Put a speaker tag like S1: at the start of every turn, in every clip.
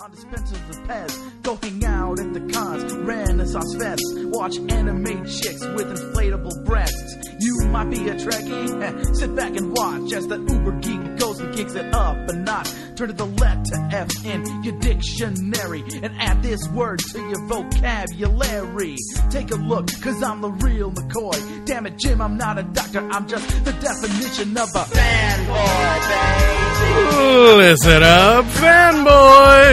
S1: On dispensers of Pez, go hang out at the cons, Renaissance fests, watch anime chicks with inflatable breasts. You might be a Trekkie, eh, sit back and watch as the Uber Geek goes and kicks it up a notch. Turn to the letter F in your dictionary and add this word to your vocabulary. Take a look, cause I'm the real McCoy. Damn it, Jim, I'm not a doctor, I'm just the definition of a fanboy, baby.
S2: Listen up, fanboys!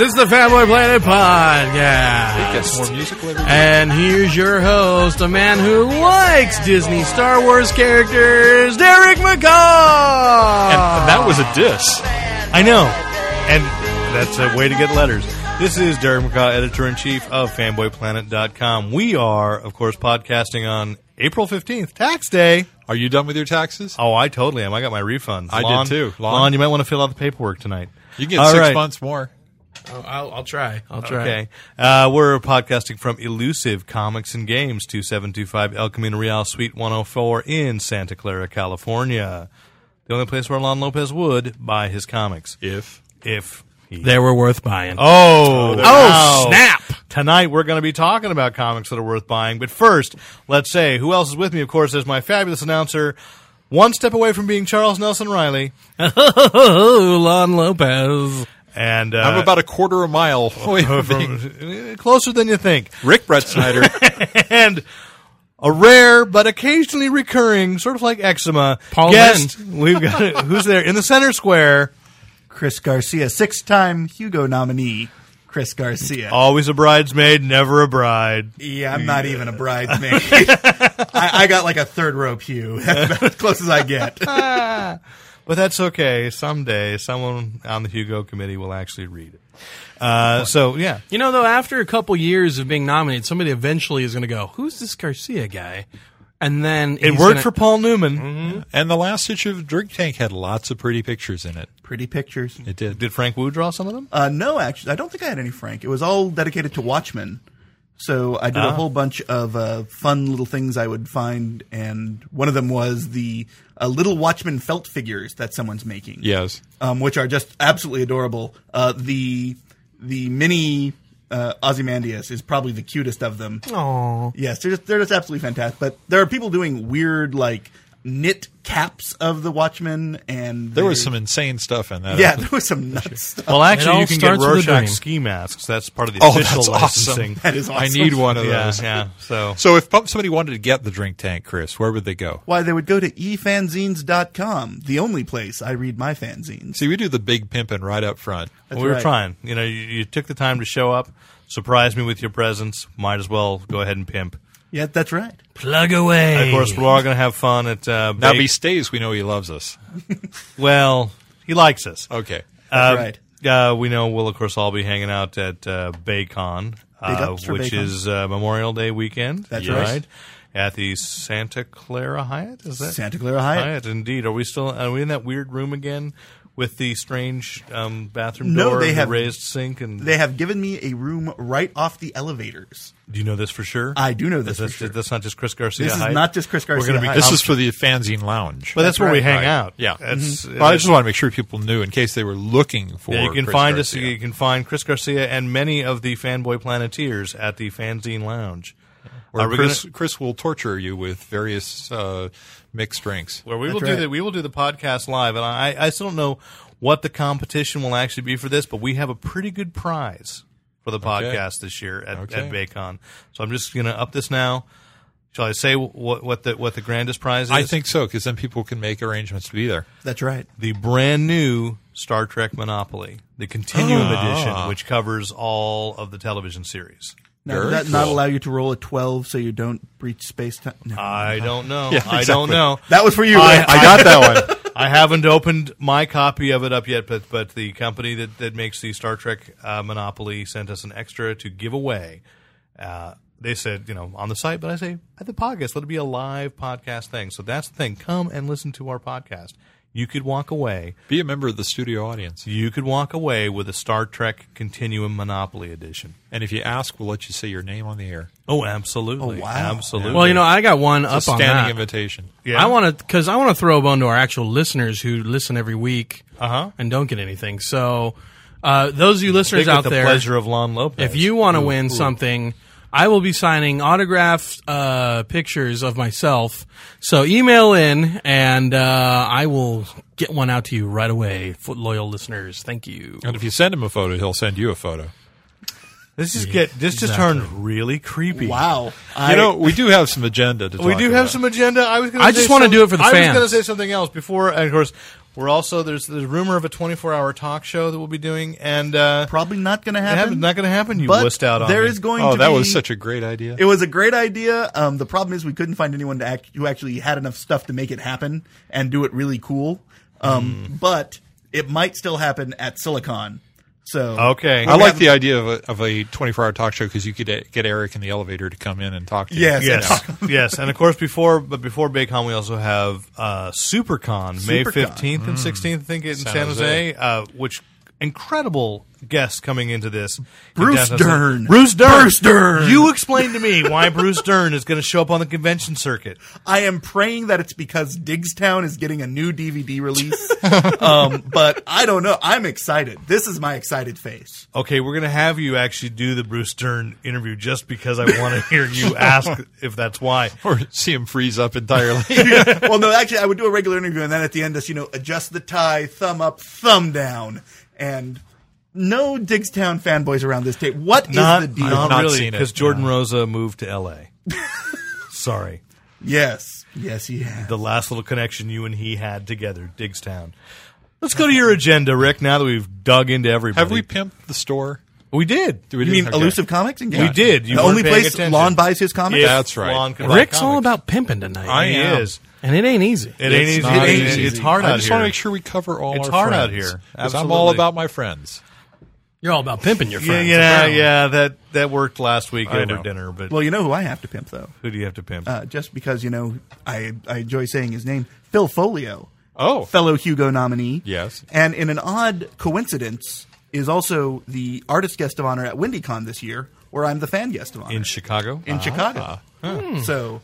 S2: It's the Fanboy Planet Podcast.
S3: music
S2: And here's your host, a man who likes Disney Star Wars characters, Derek McCall!
S3: that was a diss.
S2: I know. And that's a way to get letters. This is Derek McCaw, editor in chief of fanboyplanet.com. We are, of course, podcasting on April 15th, tax day.
S3: Are you done with your taxes?
S2: Oh, I totally am. I got my refunds.
S3: I did
S2: Lon-
S3: too.
S2: Lon.
S3: Lon.
S2: you might want to fill out the paperwork tonight.
S3: You can get
S2: All
S3: six
S2: right.
S3: months more.
S4: I'll, I'll, I'll try. I'll try.
S2: Okay. Uh, we're podcasting from Elusive Comics and Games, 2725 El Camino Real, Suite 104 in Santa Clara, California. The only place where Lon Lopez would buy his comics.
S3: If
S2: If he.
S4: They were worth buying.
S2: Oh,
S4: Oh, snap.
S2: Tonight we're going to be talking about comics that are worth buying. But first, let's say who else is with me. Of course, there's my fabulous announcer, one step away from being Charles Nelson Riley.
S4: Oh, Lon Lopez.
S2: And uh,
S3: I'm about a quarter a mile away from being
S2: from- eh, closer than you think.
S3: Rick Brett Snyder.
S2: and a rare but occasionally recurring, sort of like eczema,
S4: Paul
S2: guest. We've got who's there in the center square.
S5: Chris Garcia, six time Hugo nominee, Chris Garcia.
S2: Always a bridesmaid, never a bride.
S5: yeah, I'm not even a bridesmaid. I, I got like a third row pew, That's about as close as I get.
S2: But that's okay. Someday, someone on the Hugo committee will actually read it. Uh, so yeah,
S4: You know, though, after a couple years of being nominated, somebody eventually is going to go, "Who's this Garcia guy?" And then
S2: it
S4: he's
S2: worked for
S4: gonna-
S2: Paul Newman.
S3: and the last issue of Drink Tank had lots of pretty pictures in it.
S5: Pretty pictures.
S3: It did.
S2: Did Frank Wu draw some of them?
S5: Uh, no, actually, I don't think I had any Frank. It was all dedicated to Watchmen. So I did a whole bunch of uh, fun little things I would find, and one of them was the uh, little Watchmen felt figures that someone's making.
S3: Yes.
S5: um, which are just absolutely adorable. Uh, the the mini uh, Ozymandias is probably the cutest of them.
S4: Aw.
S5: Yes, they're just, they're just absolutely fantastic. But there are people doing weird like knit caps of the Watchmen, and
S3: There was
S5: they're-
S3: some insane stuff in that.
S5: yeah, there was some nuts stuff.
S2: Well,
S4: It all
S2: actually, you can get
S4: starts with a
S2: Rorschach
S4: dream.
S2: ski masks. That's part of the
S3: Oh,
S2: official
S3: that's
S2: licensing.
S3: awesome.
S5: That is awesome.
S3: I need one of
S2: Yeah,
S3: those.
S2: yeah. So
S3: So if pump- somebody wanted to get the Drink Tank, Chris, where would they go?
S5: Why they would go to e efanzines.com, the only place I read my fanzines.
S3: See, we do the big pimping right up front.
S5: That's
S2: we were
S5: right.
S2: trying. You know, you, you took the time to show up, surprise me with your presence. Might as well go ahead and pimp.
S5: Yeah, that's right.
S4: plug away.
S2: Of course, we're all going to have fun at uh,
S3: Now, if
S2: Bake-
S3: he stays, we know he loves us.
S2: Well, he likes us.
S3: Okay.
S2: Uh,
S3: Um,
S5: right.
S2: Uh, we know we'll, of course, all be hanging out at uh, Baycon, uh,
S5: ups for
S2: which
S5: Baycon.
S2: is uh, Memorial Day weekend.
S5: That's
S2: right.
S5: right.
S2: At the Santa Clara Hyatt, is that
S5: Santa Clara Hyatt.
S2: Indeed. Are we still? Are we in that weird room again with the strange um, bathroom
S5: No,
S2: door,
S5: they
S2: and the
S5: have-
S2: raised sink, and
S5: They have given me a room right off the elevators.
S2: do you know this for sure?
S5: I do know this
S2: that's,
S5: for sure.
S2: that's not just Chris Garcia.
S5: This is
S2: Hyatt.
S5: not just Chris
S2: We're
S5: Garcia.
S2: gonna be
S5: Hyatt.
S3: This is for the fanzine lounge.
S2: But that's, where we
S5: right. Mm-hmm.
S2: hang
S3: Right.
S2: out.
S3: Yeah.
S2: That's,
S3: well, I just want to make sure people knew in case they were looking for.
S2: Yeah, you can
S3: Chris
S2: find
S3: Garcia.
S2: us. You can find Chris Garcia and many of the fanboy planeteers at the Fanzine Lounge,
S3: Where
S2: Are we
S3: Chris, Chris will torture you with various uh, mixed drinks.
S2: where we will do
S5: right.
S2: the we will do the podcast live. And I, I still don't know what the competition will actually be for this, but we have a pretty good prize for the podcast this year at,
S3: Okay.
S2: at Baycon. So I'm just going to up this now. Shall I say what what the what the grandest prize is?
S3: I think so, because then people can make arrangements to be there.
S5: That's right.
S2: the brand new Star Trek Monopoly, the Continuum
S3: Ah.
S2: Edition, which covers all of the television series.
S5: Now, does
S3: Very
S5: that not
S3: cool.
S5: allow you to roll a 12 so you don't breach space time? No.
S2: I don't know.
S3: Yeah,
S2: I don't
S3: exactly.
S2: know.
S5: that was for you.
S2: I-
S5: right?
S3: I got that one.
S2: I haven't opened my copy of it up yet, but but the company that, that makes the Star Trek uh, Monopoly sent us an extra to give away. Uh, they said, you know, on the site, but I say at the podcast, let it be a live podcast thing. So that's the thing. Come and listen to our podcast. You could walk away.
S3: Be a member of the studio audience,
S2: You could walk away with a Star Trek Continuum Monopoly edition.
S3: and if you ask, we'll let you say your name on the air.
S2: Oh, absolutely!
S5: Oh, wow.
S2: Absolutely.
S4: Well, you know, I got one up on
S3: Standing
S4: that.
S3: invitation.
S2: Yeah.
S4: I want to because I want to throw a bone to our actual listeners who listen every week
S2: Uh-huh.
S4: and don't get anything. So Uh, those of you listeners
S2: Big
S4: out
S2: with the
S4: there,
S2: pleasure of Lon Lopez.
S4: if you want to win something, I will be signing autographed uh, pictures of myself. So email in, and uh, I will get one out to you right away. Foot loyal listeners, thank you.
S3: And if you send him a photo, he'll send you a photo.
S2: this is get this just turned really creepy.
S5: Wow. I,
S3: you know, we do have some agenda to talk
S2: We do have
S3: about.
S2: some agenda. I was. Gonna
S4: I
S2: say
S4: just wanna
S2: some-
S4: do it for the
S2: I
S4: fans.
S2: was going to say something else before, and of course, we're also there's the rumor of a 24 hour talk show that we'll be doing, and uh,
S5: probably not going to
S2: it
S5: happen.
S2: happened- not going to happen. You
S5: but
S2: list out on
S5: there
S2: me.
S5: is going
S3: Oh,
S5: to
S3: that
S5: be,
S3: was such a great idea.
S5: It was a great idea. Um, the problem is we couldn't find anyone to act who actually had enough stuff to make it happen and do it really cool. Um,
S2: Hmm.
S5: But it might still happen at Silicon. So
S2: Okay.
S3: I like the idea of a, of a 24 hour talk show because you could uh, get Eric in the elevator to come in and talk to
S5: Yes.
S3: you.
S2: Yes, yes, and of course before, but before BayCon, we also have uh, SuperCon, May
S5: SuperCon. Mm.
S2: fifteenth and sixteenth, I think, in San,
S3: San
S2: Jose, uh, which incredible guests coming into this. in
S5: Bruce
S2: downtown San-
S5: Dern.
S2: Bruce Dern,
S5: Bruce Dern.
S2: You explain to me why Bruce Dern is going to show up on the convention circuit.
S5: I am praying that it's because Digstown is getting a new DVD release. um, but I don't know. I'm excited. This is my excited face.
S2: Okay, we're going to have you actually do the Bruce Dern interview just because I want to hear you ask if that's why.
S3: Or see him freeze up entirely.
S5: well, no, actually, I would do a regular interview, and then at the end, just you know, adjust the tie, thumb up, thumb down, and no Digstown fanboys around this tape. What is
S2: Not,
S5: the deal?
S2: not
S3: not
S2: really,
S3: seen it,
S2: because Jordan Rosa moved to L.A. Sorry.
S5: yes, yes, he has.
S2: the last little connection you and he had together, Digstown. Let's go to your agenda, Rick. Now that we've dug into everybody,
S3: have we pimped the store?
S2: We did.
S3: Do we
S5: you
S3: do-
S5: mean
S3: okay.
S5: elusive comics? And
S2: We did. You
S5: the
S2: weren't
S5: only
S2: paying
S5: place
S2: attention.
S5: Lon buys his comics.
S2: If
S3: That's right.
S2: Lon can buy
S4: Rick's all
S2: comics.
S4: about pimping tonight,
S3: I
S2: He
S3: am.
S2: is.
S4: and it ain't easy.
S2: It ain't easy.
S3: not
S2: It ain't
S3: easy.
S2: easy. It's hard
S3: I
S2: out
S3: just
S2: here.
S3: want to make sure we cover all
S2: It's
S3: our
S2: hard
S3: friends.
S2: out here.
S3: 'Cause I'm all
S2: Absolutely.
S3: about my friends.
S4: You're all about pimping your
S2: Yeah,
S4: friends.
S2: yeah,
S4: apparently.
S2: yeah. That that worked last week
S3: I
S2: over
S3: know.
S2: dinner. But
S5: Well, you know who I have to pimp though,
S2: who do you have to pimp?
S5: uh, just because you know I I enjoy saying his name, Phil Folio.
S3: Oh.
S5: fellow Hugo nominee.
S3: Yes.
S5: and in an odd coincidence, is also the artist guest of honor at WindyCon this year, where I'm the fan guest of honor
S2: In Chicago.
S5: in Chicago. Hmm. So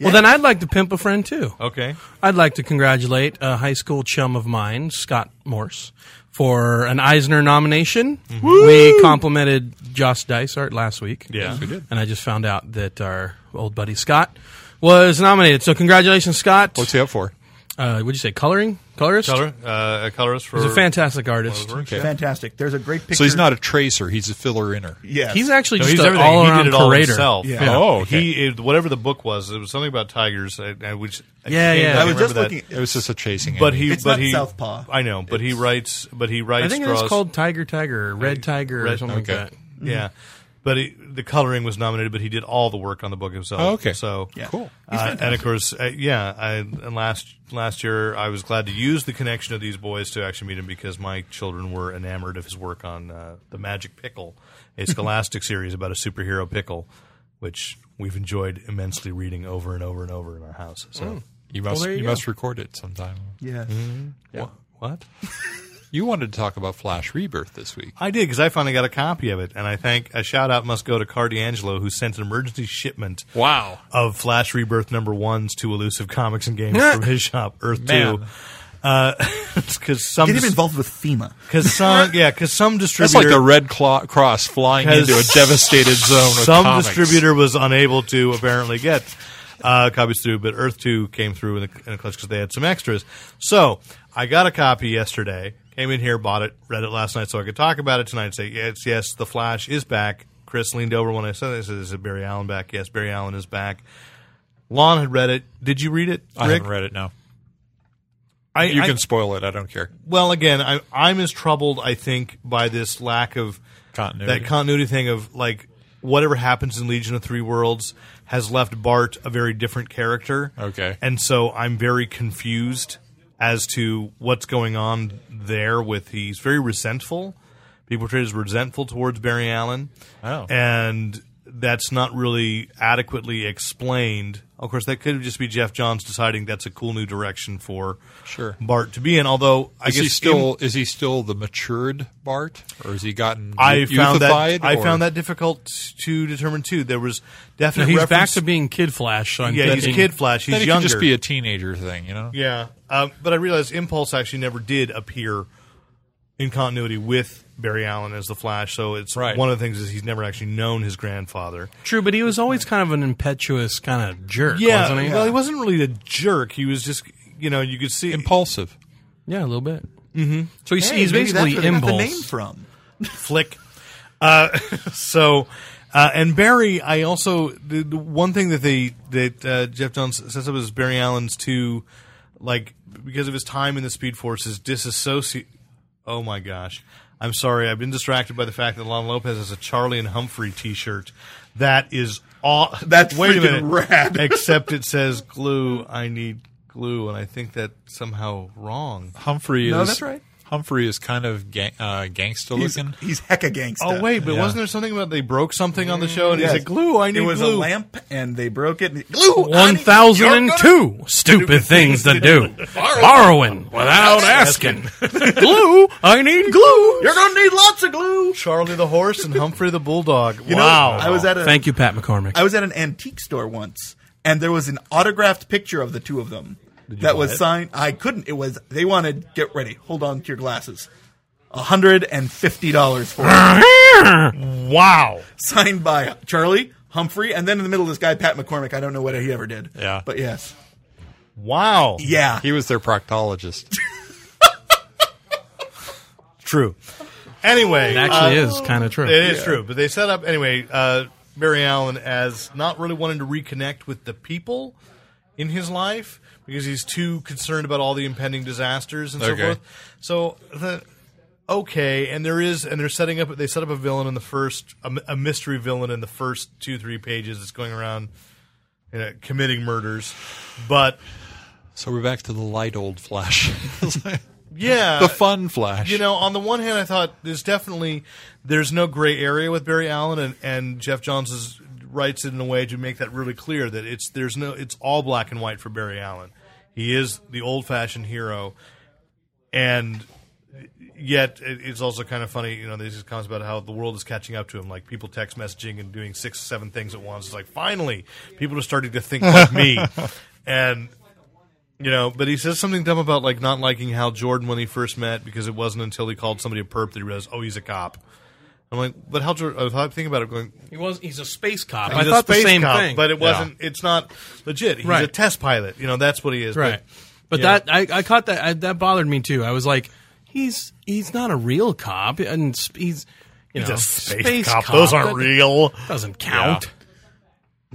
S4: Well, then I'd like to pimp a friend too.
S2: okay.
S4: I'd like to congratulate a high school chum of mine, Scott Morse, for an Eisner nomination.
S2: Mm-hmm.
S4: We complimented Josh Dysart last week.
S2: Yeah. Yes, we did.
S4: And I just found out that our old buddy Scott was nominated. So congratulations, Scott.
S3: What's he up for?
S4: uh, what'd you say? Coloring? Colorist?
S2: Color, uh, a colorist for
S4: He's a fantastic artist.
S3: Okay.
S5: fantastic. There's a great picture.
S3: So he's not a tracer. He's a filler inner.
S5: Yes.
S4: He's actually
S2: No,
S4: just
S2: he's
S4: an
S2: everything.
S4: all
S2: he
S4: around
S2: did it all
S4: curator.
S2: himself.
S5: Yeah.
S3: Oh, okay.
S2: he it, whatever the book was. It was something about tigers. I, I, which I
S4: Yeah,
S2: can't really
S4: yeah.
S5: I was
S2: remember
S5: just
S2: that.
S5: looking.
S3: It was just a chasing.
S2: But
S3: enemy.
S2: he,
S5: It's
S2: but
S5: not
S2: he,
S5: Southpaw.
S2: I know, but he writes, but he
S4: I
S2: writes.
S4: think
S2: draws,
S4: it's called Tiger Tiger, or Red Tiger, or
S2: Red-
S4: something
S3: okay.
S4: like that.
S2: Yeah, but he, the coloring was nominated, but he did all the work on the book himself.
S3: Oh, okay.
S2: so
S5: Yeah.
S3: Cool.
S5: He's
S2: Uh, and of course, uh, yeah. I, and last last year, I was glad to use the connection of these boys to actually meet him because my children were enamored of his work on uh, the Magic Pickle, a Scholastic series about a superhero pickle, which we've enjoyed immensely reading over and over and over in our house. So
S3: you must
S4: there you
S3: you
S4: go.
S3: must record it sometime.
S5: Yes.
S2: Wha- what?
S3: You wanted to talk about Flash Rebirth this week.
S2: I did because I finally got a copy of it, and I think a shout out must go to Cardiangelo who sent an emergency shipment
S3: Wow.
S2: of Flash Rebirth number ones to Elusive Comics and Games from his shop, Earth
S3: Man.
S2: Two. Because some,
S5: Get him involved with FEMA.
S2: because some, yeah, because some distributor,
S3: That's like the Red Claw- Cross flying
S2: Has-
S3: into a devastated zone. Of
S2: some
S3: comics.
S2: distributor was unable to apparently get uh, copies through, but Earth Two came through in a, in a clutch because they had some extras. So I got a copy yesterday, came in here, bought it, read it last night, so I could talk about it tonight. And say yes, yes, the Flash is back. Chris leaned over when I said this. Is it Barry Allen back? Yes, Barry Allen is back. Lon had read it. Did you read it?
S3: I
S2: Rick?
S3: haven't read it now.
S2: I,
S3: You
S2: I-
S3: can spoil it. I don't care.
S2: well again I, i'm as troubled i think by this lack of
S3: Continuity.
S2: that continuity thing of like whatever happens in legion of three worlds has left bart a very different character
S3: Okay.
S2: and so i'm very confused as to what's going on there with he's very resentful people portrayed as resentful towards barry allen
S3: Oh.
S2: and that's not really adequately explained. Of course, that could just be Jeff Johns deciding that's a cool new direction for
S3: Sure.
S2: Bart to be in. Although I
S3: Is
S2: guess
S3: he still
S2: in-
S3: is he still the matured Bart, or has he gotten
S2: I found
S3: youthified?
S2: that I
S3: or-
S2: found that difficult to determine too. There was definite.
S4: No, he's back
S2: reference-
S4: to being Kid Flash. So I'm
S2: yeah. He's
S4: thinking-
S2: Kid Flash. He's
S3: Then it could
S2: younger. uh,
S3: just be a teenager thing, you know.
S2: yeah, um, but I realized Impulse actually never did appear in continuity with Barry Allen as the Flash. So it's
S3: Right.
S2: one of the things is he's never actually known his grandfather.
S4: True, but he was always kind of an impetuous kind of jerk, wasn't he?
S2: well, he wasn't really a jerk. He was just you know you could see
S3: Impulsive.
S4: Yeah, a little bit. Mm-hmm. So he's,
S5: Hey,
S4: he's
S5: maybe that's
S4: basically
S5: where they got
S4: impulse.
S5: the name from.
S2: flick. Uh, so, uh, and Barry, I also the, the one thing that they that uh, Jeff Jones sets up is Barry Allen's too, like because of his time in the Speed Force is disassociate. Oh my gosh, I'm sorry, I've been distracted by the fact that Lon Lopez has a Charlie and Humphrey T-shirt. That is aw-
S5: That's
S2: wait a minute
S5: freaking rad.
S2: Except it says glue. I need glue, and I think that's somehow wrong.
S3: Humphrey
S5: No,
S3: is
S5: that's right.
S3: Humphrey is kind of gang, uh, gangster
S5: He's,
S3: looking.
S5: he's hecka gangster.
S2: Oh wait, but
S3: Yeah.
S2: wasn't there something about they broke something on the show and
S5: Yes.
S2: he said glue? I need
S5: It was
S2: glue.
S5: a lamp, and they broke it. And glue.
S4: One
S5: honey,
S4: thousand and
S5: you're gonna-
S4: two stupid things to do. Borrowing without asking. glue. I need glue.
S5: You're gonna need lots of glue.
S2: Charlie the horse and Humphrey the bulldog.
S5: You know,
S2: wow.
S5: I was at a
S4: Thank you, Pat McCormick.
S5: I was at an antique store once, and there was an autographed picture of the two of them that was signed. I couldn't. It was they wanted. Get ready. Hold on to your glasses. hundred and fifty dollars for it,
S2: wow.
S5: signed by Charlie Humphrey, and then in the middle this guy Pat McCormick. I don't know what he ever did.
S3: Yeah.
S5: but yes,
S2: Wow.
S5: yeah.
S3: He was their proctologist.
S2: True. Anyway,
S4: it actually
S2: uh,
S4: is kind of true.
S2: It is true, but they set up anyway. Uh, Barry Allen as not really wanting to reconnect with the people in his life because he's too concerned about all the impending disasters and
S3: Okay.
S2: so forth. So the okay, and there is, and they're setting up. They set up a villain in the first, a, m- a mystery villain in the first two three pages that's going around you know, committing murders, but
S3: so we're back to the light old Flash,
S2: yeah,
S3: the fun Flash.
S2: You know, on the one hand, I thought there's definitely there's no gray area with Barry Allen, and, and Jeff Johns is, writes it in a way to make that really clear that it's there's no it's all black and white for Barry Allen. He is the old fashioned hero, and yet it, it's also kind of funny. You know, there's these comments about how the world is catching up to him, like people text messaging and doing six, seven things at once. It's like finally, people are starting to think like me, and you know, but he says something dumb about like not liking Hal Jordan when he first met because it wasn't until he called somebody a perp that he realized, oh, he's a cop. I'm like, but Hal Jordan. I was thinking about it, going,
S4: he was. He's a space cop.
S2: he's
S4: I
S2: a
S4: thought the
S2: space
S4: same
S2: cop,
S4: thing.
S2: but it wasn't. It's not legit. He's a
S4: Right.
S2: test pilot. You know, that's what he is.
S4: right. But
S2: Yeah.
S4: that I, I caught that I, that bothered me too. I was like, he's he's not a real cop, and sp- he's you know
S2: But he's a space, cop. Those aren't
S4: That
S2: real.
S4: Doesn't count.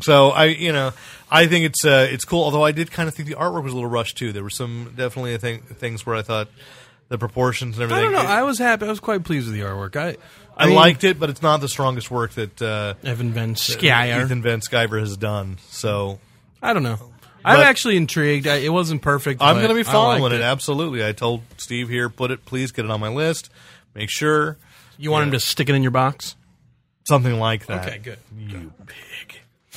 S2: So I, you know, I think it's uh, it's cool. Although I did kind of think the artwork was a little rushed too. There were some definitely thing, things where I thought the proportions and
S4: I
S2: everything.
S4: don't know.
S2: it-
S4: I was happy. I was quite pleased with the artwork. I
S2: I
S4: mean,
S2: liked it, but it's not the strongest work that uh,
S4: Evan Van Scier.
S2: Ethan Van Sciver has done. So
S4: I don't know. I'm
S2: But-
S4: actually intrigued. I, it wasn't perfect.
S2: I'm
S4: but
S2: going to be
S4: I
S2: following
S4: liked
S2: it. Absolutely. I told Steve here, put it, please get it on my list. Make sure
S4: You want him to stick it in your box?
S2: something like that.
S4: Okay, good.
S2: You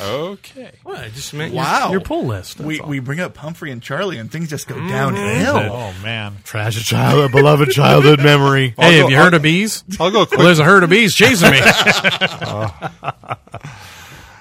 S3: Okay.
S4: What? I just meant
S5: Wow.
S4: your, your pull list. that's
S5: We
S4: all.
S5: we bring up Humphrey and Charlie, and things just go
S3: Mm-hmm.
S5: downhill.
S3: Oh man.
S2: tragic childhood, beloved childhood memory.
S4: hey, have
S3: go-
S4: you heard of bees?
S3: I'll go
S4: Well,
S3: quick.
S4: there's a herd of bees chasing me.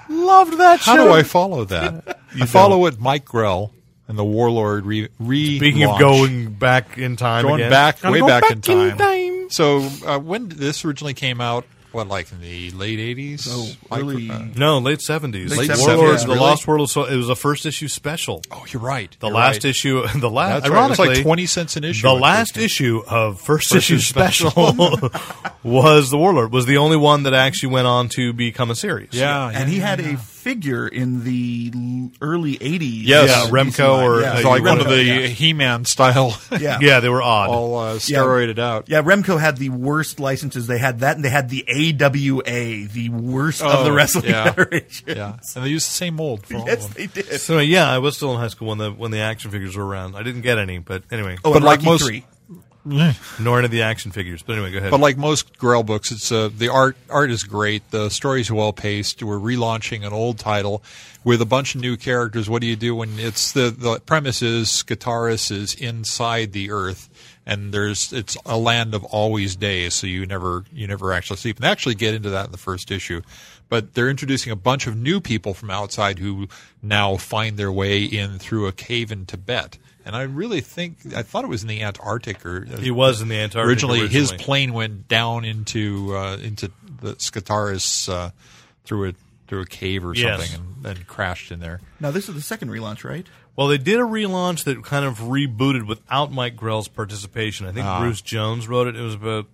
S5: Loved that.
S3: How do I follow that? I follow what Mike Grell and the Warlord re, re-
S2: Speaking of going back in time,
S3: going
S2: again,
S3: back way
S4: go
S3: back, in,
S4: back
S3: time.
S4: in time.
S3: So uh, when did this originally came out? What like in the late eighties? uh,
S5: Oh, early-
S2: No, late seventies.
S5: Late
S2: Warlords,
S5: 70s,
S2: the
S3: really?
S2: Lost World. of So it was a first issue special.
S3: oh, you're right.
S2: The
S3: You're
S2: last
S3: right.
S2: issue. The last.
S3: That's right. It was
S2: ironically,
S3: like twenty cents an issue.
S2: The
S3: when it
S2: last
S3: came.
S2: issue of First, Issue
S3: Issue
S2: Special was The Warlord, was the only one that actually went on to become a series.
S3: Yeah, yeah.
S5: And he had a figure in the l- early '80s.
S3: Yes.
S2: Yeah, Remco or,
S5: Yeah,
S2: uh,
S3: It's like one of
S5: Remco,
S3: the
S5: yeah.
S3: He-Man style,
S5: Yeah.
S2: Yeah, they were odd.
S3: all uh, steroided out.
S5: Yeah, Remco had the worst licenses. They had that, and they had the AWA, the worst of the
S3: Oh,
S5: wrestling
S3: yeah. Oh.
S5: federation.
S3: Yeah, and they used the same mold for all
S5: Yes,
S3: of them.
S5: they did.
S2: So anyway, yeah, I was still in high school when the when the action figures were around. I didn't get any, but anyway,
S5: Oh,
S3: But
S5: and
S3: like
S5: Rocky
S3: most-
S5: III.
S2: nor any of the action figures. But anyway, go ahead.
S3: But like most Grell books, it's uh, the art art is great. The story's well paced. We're relaunching an old title with a bunch of new characters. What do you do when it's the the premise is Skitaris is inside the Earth, and there's it's a land of always days, so you never you never actually sleep. And they actually get into that in the first issue, but they're introducing a bunch of new people from outside who now find their way in through a cave in Tibet. And I really think I thought it was in the Antarctic or uh,
S2: He was in the Antarctic
S3: originally, his
S2: originally.
S3: plane went down into uh, into the Skitaris uh, through a through a cave or
S2: Yes.
S3: something and, and crashed in there.
S5: Now this is the second relaunch, right?
S2: Well, they did a relaunch that kind of rebooted without Mike Grell's participation. I think
S3: Ah.
S2: Bruce Jones wrote it. It was about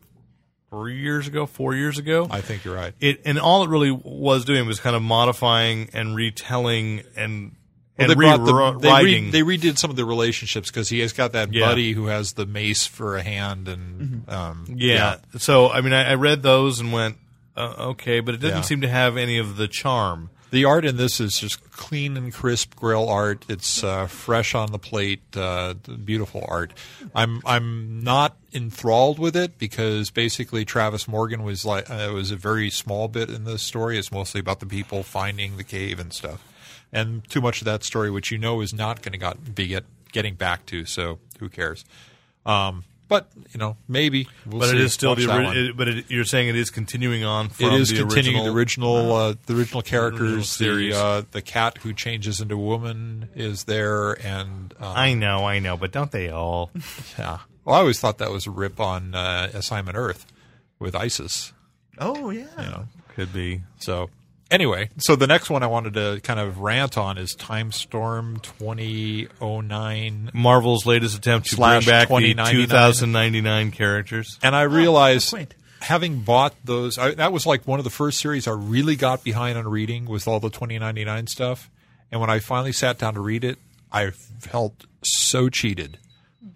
S2: three years ago, four years ago.
S3: I think you're right.
S2: it and all it really was doing was kind of modifying and retelling and and
S3: brought the- they,
S2: rewriting.
S3: they redid some of the relationships because he has got that
S2: Yeah.
S3: buddy who has the mace for a hand and um,
S2: yeah. So I mean, I, I read those and went, uh, okay, but it didn't
S3: Yeah.
S2: seem to have any of the charm.
S3: The art in this is just clean and crisp grill art. It's uh, fresh on the plate, uh, beautiful art. I'm I'm not enthralled with it because basically Travis Morgan was like uh, it was a very small bit in the story. It's mostly about the people finding the cave and stuff, and too much of that story, which you know is not going to got be get, getting back to. So who cares? Um, but you know maybe. We'll
S2: But it
S3: see.
S2: is still
S3: Watch
S2: the.
S3: that
S2: ori-
S3: one.
S2: It, but it, you're saying it is continuing on from
S3: It is
S2: the
S3: continuing
S2: original.
S3: the original uh, the original characters.
S2: series.
S3: the uh, the cat who changes into a woman is there, and uh,
S2: I know, I know, but don't they all?
S3: yeah. Well, I always thought that was a rip on uh, Assignment Earth with ISIS.
S5: Oh yeah.
S2: Could be.
S3: So anyway, so the next one I wanted to kind of rant on is Time Storm twenty oh nine
S2: Marvel's latest attempt to
S3: Slash
S2: bring back the
S3: 2099.
S2: 2099 characters.
S3: And I
S5: how
S3: realized
S5: quaint.
S3: having bought those, I, that was like one of the first series I really got behind on reading was all the 2099 stuff. And when I finally sat down to read it, I felt so cheated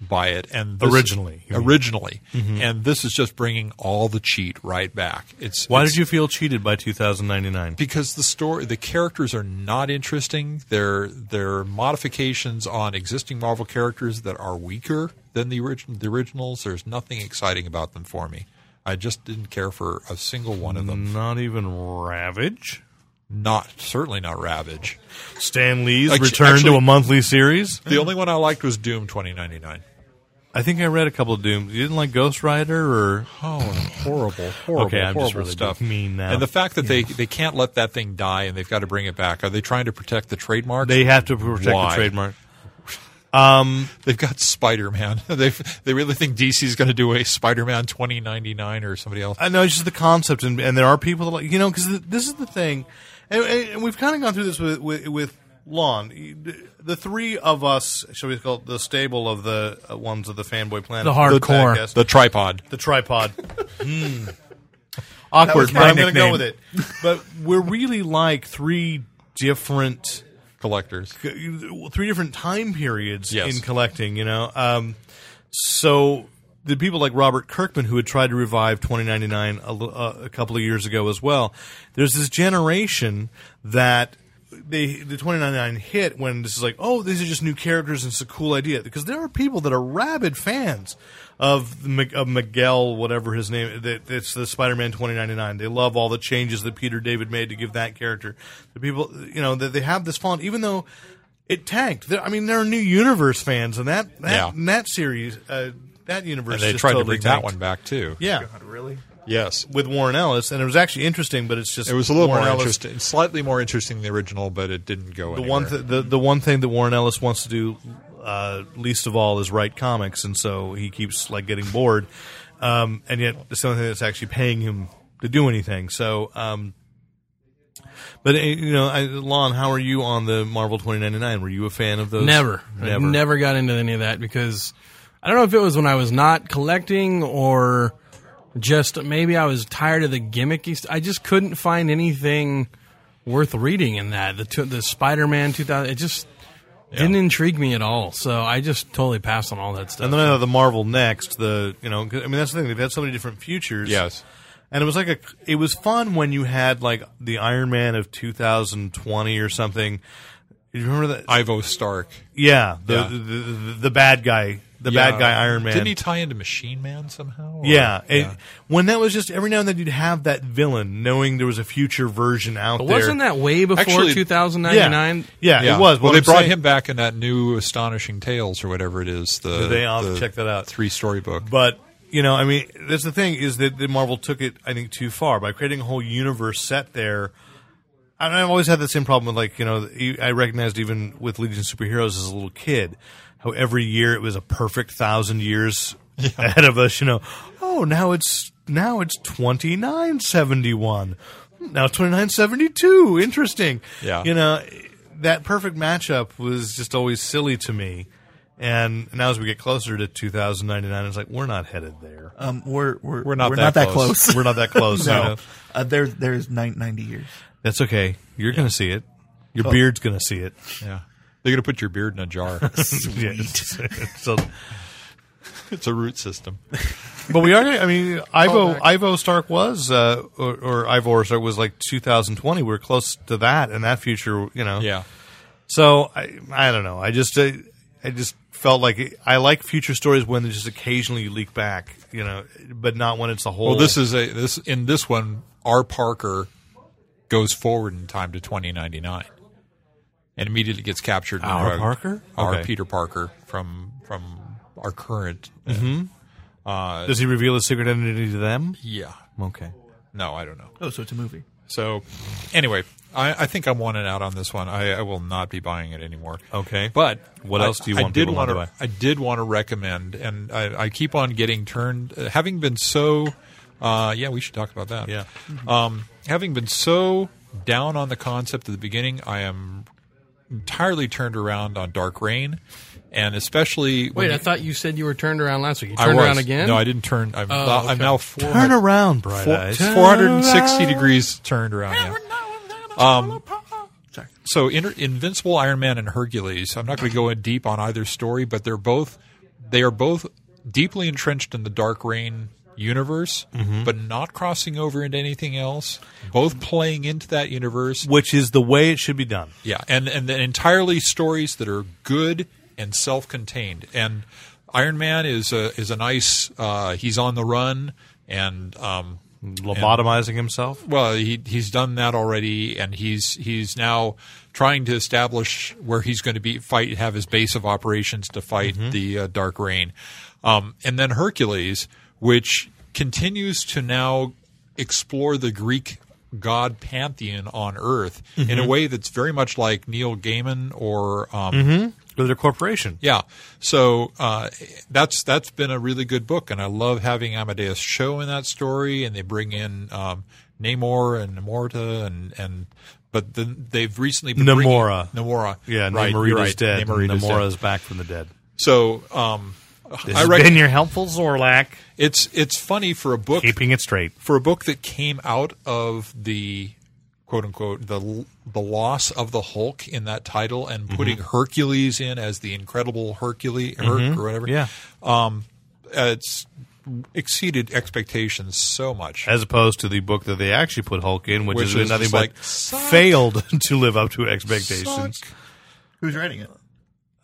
S3: by it. And this-
S2: Originally, you mean. Mm-hmm.
S3: originally, and this is just bringing all the cheat right back. It's
S2: Why
S3: it's-
S2: did you feel cheated by 2099?
S3: because the story the characters are not interesting they're they're modifications on existing marvel characters that are weaker than the, origin, the originals there's nothing exciting about them for me i just didn't care for a single one of them
S2: Not even Ravage.
S3: not certainly not ravage
S2: Stan Lee's
S3: Actu-
S2: return to
S3: actually-
S2: a monthly series.
S3: the only one i liked was doom 2099
S2: I think I read a couple of Doom. You didn't like Ghost Rider or
S3: Oh, horrible, horrible,
S2: Okay, I'm just
S3: horrible
S2: really
S3: stuff.
S2: mean now.
S3: And the fact that they, they can't let that thing die and they've got to bring it back. Are they trying to protect the trademark?
S2: they have to protect the
S3: Why?
S2: trademark.
S3: They've got Spider Man. they they really think DC is going to do a Spider Man twenty ninety nine or somebody else.
S2: I know it's just the concept, and, and there are people that like you know because th- this is the thing, and, and and we've kind of gone through this with with, with Lon. The three of us, shall we call it the stable of the uh, ones of the fanboy planet,
S4: The hardcore.
S2: podcast.
S3: The tripod.
S2: the tripod. Hmm. Awkward,
S5: was
S2: but
S5: my
S2: I'm going to go
S5: nickname.
S2: with it. But we're really like three different,
S3: Collectors.
S2: three different time periods
S3: Yes.
S2: in collecting. You know, um, so the people like Robert Kirkman who had tried to revive 2099 a, l- uh, a couple of years ago as well. There's this generation that. They, the 2099 hit when this is like, oh, these are just new characters and it's a cool idea. Because there are people that are rabid fans of, the Mi- of Miguel, whatever his name, that it's the Spider-Man 2099. They love all the changes that Peter David made to give that character. The people, you know, that they have this font, even though it tanked. There, I mean, there are new universe fans, and that that,
S3: Yeah.
S2: and that series, uh, that universe,
S3: And they
S2: just
S3: tried to
S2: totally
S3: bring that
S2: tanked.
S3: one back too.
S2: Yeah,
S5: Really?
S3: Yes.
S2: with Warren Ellis, and it was actually interesting, but it's just
S3: It was a little
S2: Warren
S3: more
S2: Ellis,
S3: interesting, slightly more interesting than the original, but it didn't go
S2: The one, th- the the one thing that Warren Ellis wants to do uh, least of all is write comics, and so he keeps like getting bored, um, and yet it's the only thing that's actually paying him to do anything. So. Um, but uh, you know, I, Lon, how are you on the Marvel twenty ninety nine? Were you a fan of those?
S4: Never,
S2: never,
S4: never, never got into any of that because I don't know if it was when I was not collecting or just maybe I was tired of the gimmicky. St- I just couldn't find anything worth reading in that. The two the Spider Man two thousand it just didn't intrigue me at all. So I just totally passed on all that stuff.
S2: And then I thought the Marvel next, the you know, 'cause, I mean that's the thing. They've had so many different futures.
S3: Yes.
S2: and it was like a, it was fun when you had like the Iron Man of 2020 or something. Do you remember that?
S3: Ivo Stark.
S2: yeah, the
S3: Yeah.
S2: The, the the bad guy, the bad guy Iron Man.
S3: Didn't he tie into Machine Man somehow? Or-
S2: yeah, it- when that was just every now and then you'd have that villain, knowing there was a future version out
S4: But
S2: there.
S4: wasn't that way before
S3: Actually,
S4: two thousand ninety
S2: yeah,
S4: nine?
S2: yeah,
S3: Yeah.
S2: it was.
S3: Well,
S2: What
S3: they
S2: I'm
S3: brought
S2: saying-
S3: him back in that new Astonishing Tales or whatever it is. The,
S2: Did they? I'll have to
S3: the
S2: check that out.
S3: Three storybook.
S2: But you know, I mean, that's the thing is that the Marvel took it, I think, too far by creating a whole universe set there. And e, I've always had the same problem with like you know, you- I recognized even with Legion of Superheroes as a little kid how every year it was a perfect thousand years ahead of us. You know, oh now it's now it's twenty nine seventy one, now twenty nine seventy two. Interesting.
S3: Yeah.
S2: you know that perfect matchup was just always silly to me. And now as we get closer to 2099, it's like we're not headed there.
S5: Um, we're we're
S3: We're not that close.
S2: We're not that close. you know?
S5: no, uh, there there's nine- ninety years.
S2: That's okay. You're going to see it.
S3: Oh.
S2: Your beard's going to see it.
S3: Yeah. They're going to put your beard in a jar.
S2: Yes. so,
S3: it's a root system.
S2: but we are. I mean, Ivo
S3: Callback.
S2: Ivo Stark was, uh, or, or Ivor Stark was like 2020. We are close to that, and that future, you know.
S3: Yeah.
S2: So I, I don't know. I just, I, I just felt like it, I like future stories when they just occasionally leak back, you know, but not when it's the whole.
S3: Well, this is a this in this one. R. Parker goes forward in time to 2099, and immediately gets captured. and
S2: R.
S3: drugged.
S2: Parker?
S3: R.
S2: Okay.
S3: Peter Parker from from our current.
S2: Does he reveal his secret identity to them?
S3: Yeah.
S2: Okay.
S3: No, I don't know.
S5: Oh, so it's a movie.
S3: So, anyway, I, I think I'm one and out on this one. I, I will not be buying it anymore.
S2: Okay.
S3: But
S2: What
S3: I-
S2: else do you
S3: I
S2: want
S3: did
S2: people
S3: wanna-
S2: not to
S3: I did want to recommend, and I, I keep on getting turned. Uh, having been so, uh, yeah, we should talk about that.
S2: Yeah.
S3: Um, having been so down on the concept at the beginning, I am entirely turned around on Dark Rain, and especially when
S4: Wait, I
S3: you-
S4: thought you said you were turned around last week. You
S3: I
S4: turned
S3: was.
S4: around again?
S3: No, I didn't turn. I'm,
S4: Oh,
S3: I'm
S4: okay.
S3: now four.
S2: Turn around, bright
S3: Uh, Four-
S2: eyes.
S3: 460 degrees turned around. Yeah. Um,
S5: Sorry.
S3: so, Inter- Invincible Iron Man and Hercules. I'm not going to go in deep on either story, but they're both they are both deeply entrenched in the Dark Reign universe, but not crossing over into anything else. Both playing into that universe.
S2: which is the way it should be done.
S3: Yeah, and and then entirely stories that are good and self-contained. And Iron Man is a is a nice. Uh, he's on the run, and um,
S2: Lobotomizing himself.
S3: well, he he's done that already, and he's he's now trying to establish where he's going to be fight have his base of operations to fight the uh, Dark Reign, um, and then Hercules, which continues to now explore the Greek god pantheon on Earth in a way that's very much like Neil Gaiman or um,
S2: With their corporation.
S3: yeah. So uh, that's that's been a really good book, and I love having Amadeus show in that story, and they bring in um, Namor and Namorta and and. But then they've recently been bringing-
S2: Namora.
S3: Namora,
S2: Yeah,
S3: right,
S2: Namorita's
S3: you're right.
S2: dead.
S3: Namorita's dead.
S2: Namora's back from the dead.
S3: So um,
S2: This
S3: I
S2: has
S3: rec-
S2: been your helpful Zorlak,
S3: it's it's funny for a book
S2: keeping it straight.
S3: for a book that came out of the quote unquote the the loss of the Hulk in that title and
S2: Mm-hmm.
S3: putting Hercules in as the incredible Hercules Herc or whatever.
S2: Mm-hmm. Yeah.
S3: um, it's exceeded expectations so much.
S2: As opposed to the book that they actually put Hulk in, which,
S3: Which
S2: has
S3: is
S2: been nothing
S3: just
S2: but
S3: like, suck.
S2: failed to live up to expectations.
S3: Suck.
S5: Who's writing it?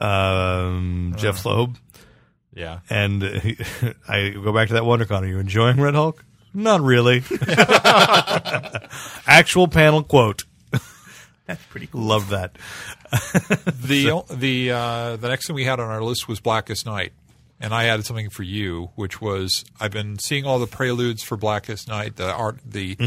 S2: Um, Jeff Loeb.
S3: Yeah,
S2: And uh, I go back to that WonderCon. Are you enjoying Red Hulk? Not really. Actual panel quote.
S5: That's pretty cool.
S2: Love that.
S3: the the uh, the next thing we had on our list was Blackest Night, and I added something for you, which was I've been seeing all the preludes for Blackest Night. The art, the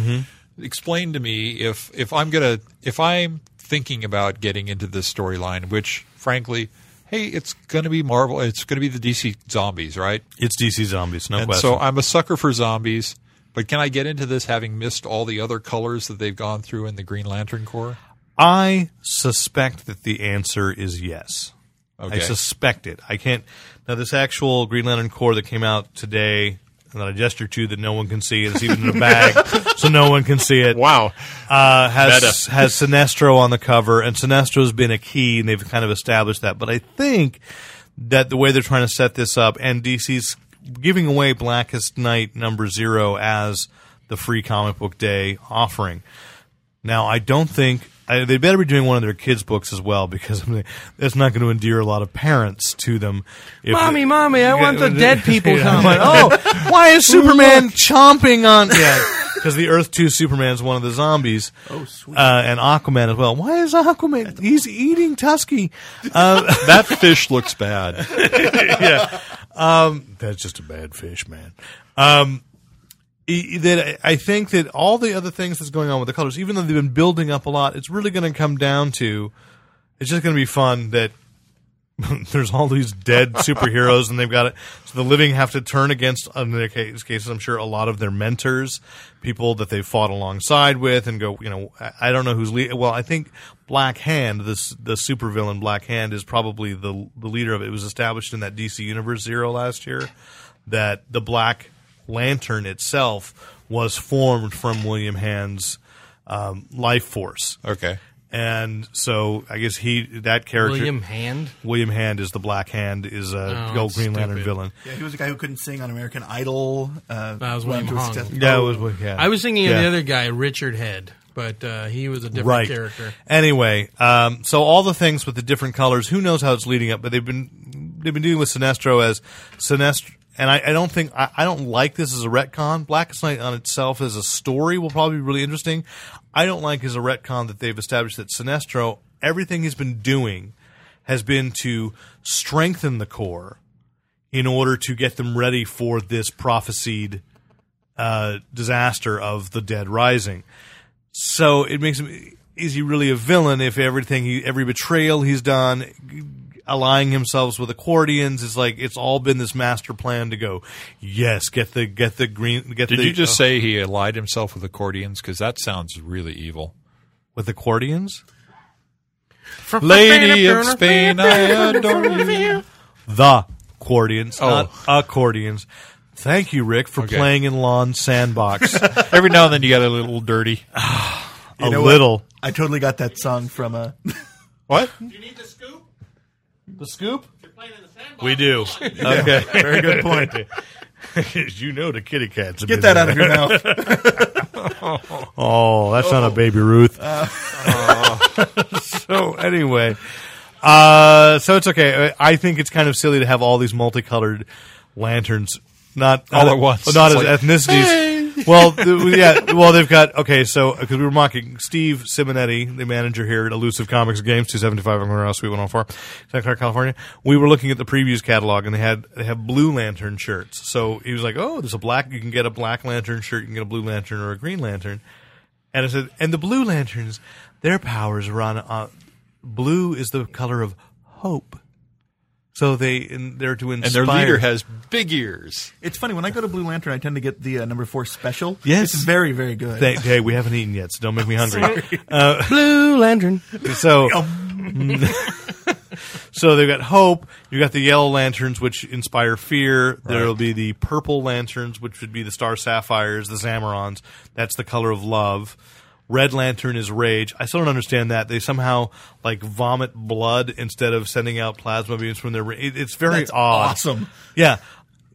S3: explain to me if if I'm gonna if I'm thinking about getting into this storyline, which frankly, hey, it's gonna be Marvel, it's gonna be the DC zombies, right?
S2: It's DC Zombies, no
S3: and
S2: question.
S3: so I'm a sucker for zombies. But can I get into this having missed all the other colors that they've gone through in the Green Lantern Corps?
S2: I suspect that the answer is yes. I
S3: Okay.
S2: suspect it. I can't. Now, this actual Green Lantern Corps that came out today and that I gestured to that no one can see, it's even in a bag, so no one can see it.
S3: Wow.
S2: Uh, has has Sinestro on the cover, and Sinestro's been a key, and they've kind of established that. But I think that the way they're trying to set this up, and DC's giving away Blackest Night number zero as the free comic book day offering. Now, I don't think I, they better be doing one of their kids' books as well because I mean, that's not going to endear a lot of parents to them. If
S4: Mommy, mommy, I want the dead people
S2: Yeah.
S4: coming.
S2: oh, why is Superman chomping on? Yeah, because the Earth Two Superman's one of the zombies. Oh,
S5: sweet.
S2: Uh, and Aquaman as well. Why is Aquaman? He's eating Tusky. Uh,
S3: that fish looks bad.
S2: Um, That's just a bad fish, man. Um, e- that I- I think that all the other things that's going on with the colors, even though they've been building up a lot, it's really going to come down to it's just going to be fun that there's all these dead superheroes and they've got it. So the living have to turn against, in their case, cases, I'm sure a lot of their mentors, people that they fought alongside with and go, you know, I, I don't know who's lead. Well, I think Black Hand, this, the supervillain Black Hand is probably the, the leader of it. It was established in that DC Universe Zero last year that the Black Lantern itself was formed from William Hand's um, life force.
S3: Okay.
S2: And so I guess he, that character.
S4: William Hand.
S2: William Hand is the Black Hand is a
S4: Oh,
S2: gold
S4: that's
S2: Green Lantern
S4: stupid.
S2: villain.
S5: Yeah, he was a guy who couldn't sing on American Idol. Uh,
S4: That was
S5: went to
S4: William
S5: a
S4: Hung.
S5: success-
S2: Yeah, it was. Yeah,
S4: I was thinking of
S2: Yeah.
S4: the other guy, Richard Head, but uh, he was a different
S2: right
S4: character.
S2: Anyway, um, so all the things with the different colors. Who knows how it's leading up? But they've been they've been dealing with Sinestro as Sinestro. And I, I don't think I, I don't like this as a retcon. Blackest Night on itself as a story will probably be really interesting. I don't like as a retcon that they've established that Sinestro everything he's been doing has been to strengthen the core in order to get them ready for this prophesied uh, disaster of the Dead Rising. So it makes him. Is he really a villain if everything he, every betrayal he's done, allying himself with accordions, is like it's all been this master plan to go. Yes, get the get the green. Get
S3: Did
S2: the, uh,
S3: you just say he allied himself with accordions? Because that sounds really evil.
S2: with accordions?
S3: Lady of Spain, I adore you.
S2: The accordions,
S3: Oh.
S2: not accordions. Thank you, Rick, for
S3: Okay.
S2: playing in Lawn Sandbox.
S3: Every now and then you got a little dirty.
S2: a
S5: know what?
S2: little.
S5: I totally got that song from uh,
S3: What?
S6: You need the scoop?
S2: The scoop.
S6: You're playing in the sandbox.
S2: We do. Okay. Very good point. you know the kitty cats. have been
S5: Get that
S2: there.
S5: out of your mouth.
S2: Oh, that's not a baby Ruth. so anyway, uh, so it's okay. I I think it's kind of silly to have all these multicolored lanterns, not
S3: All
S2: not-
S3: at once.
S2: not
S3: It's
S2: as
S3: like,
S2: ethnicities. Well, th- yeah. Well, they've got okay. So because we were mocking Steve Simonetti, the manager here at Elusive Comics and Games, two seventy five on Monroe Suite one hundred four, Santa Clara, California. We were looking at the previews catalog, and they had they have Blue Lantern shirts. So he was like, "Oh, there's a black. You can get a Black Lantern shirt. You can get a Blue Lantern or a Green Lantern." And I said, and the blue lanterns, their powers were on. Uh, blue is the color of hope, so they in, they're to inspire.
S3: And their leader has big ears.
S5: It's funny when I go to Blue Lantern, I tend to get the uh, number four special.
S2: Yes.
S5: it's very very good.
S2: Hey, hey, we haven't eaten yet, so don't make me hungry.
S4: Blue Lantern.
S2: So, so they've got hope. You got the yellow lanterns, which inspire fear. There'll be the purple lanterns, which would be the star sapphires, the Zamorons. That's the color of love. Red lantern is rage. I still don't understand that. They somehow like vomit blood instead of sending out plasma beams from their. ra- It, it's very
S5: That's
S2: odd.
S5: awesome.
S2: Yeah.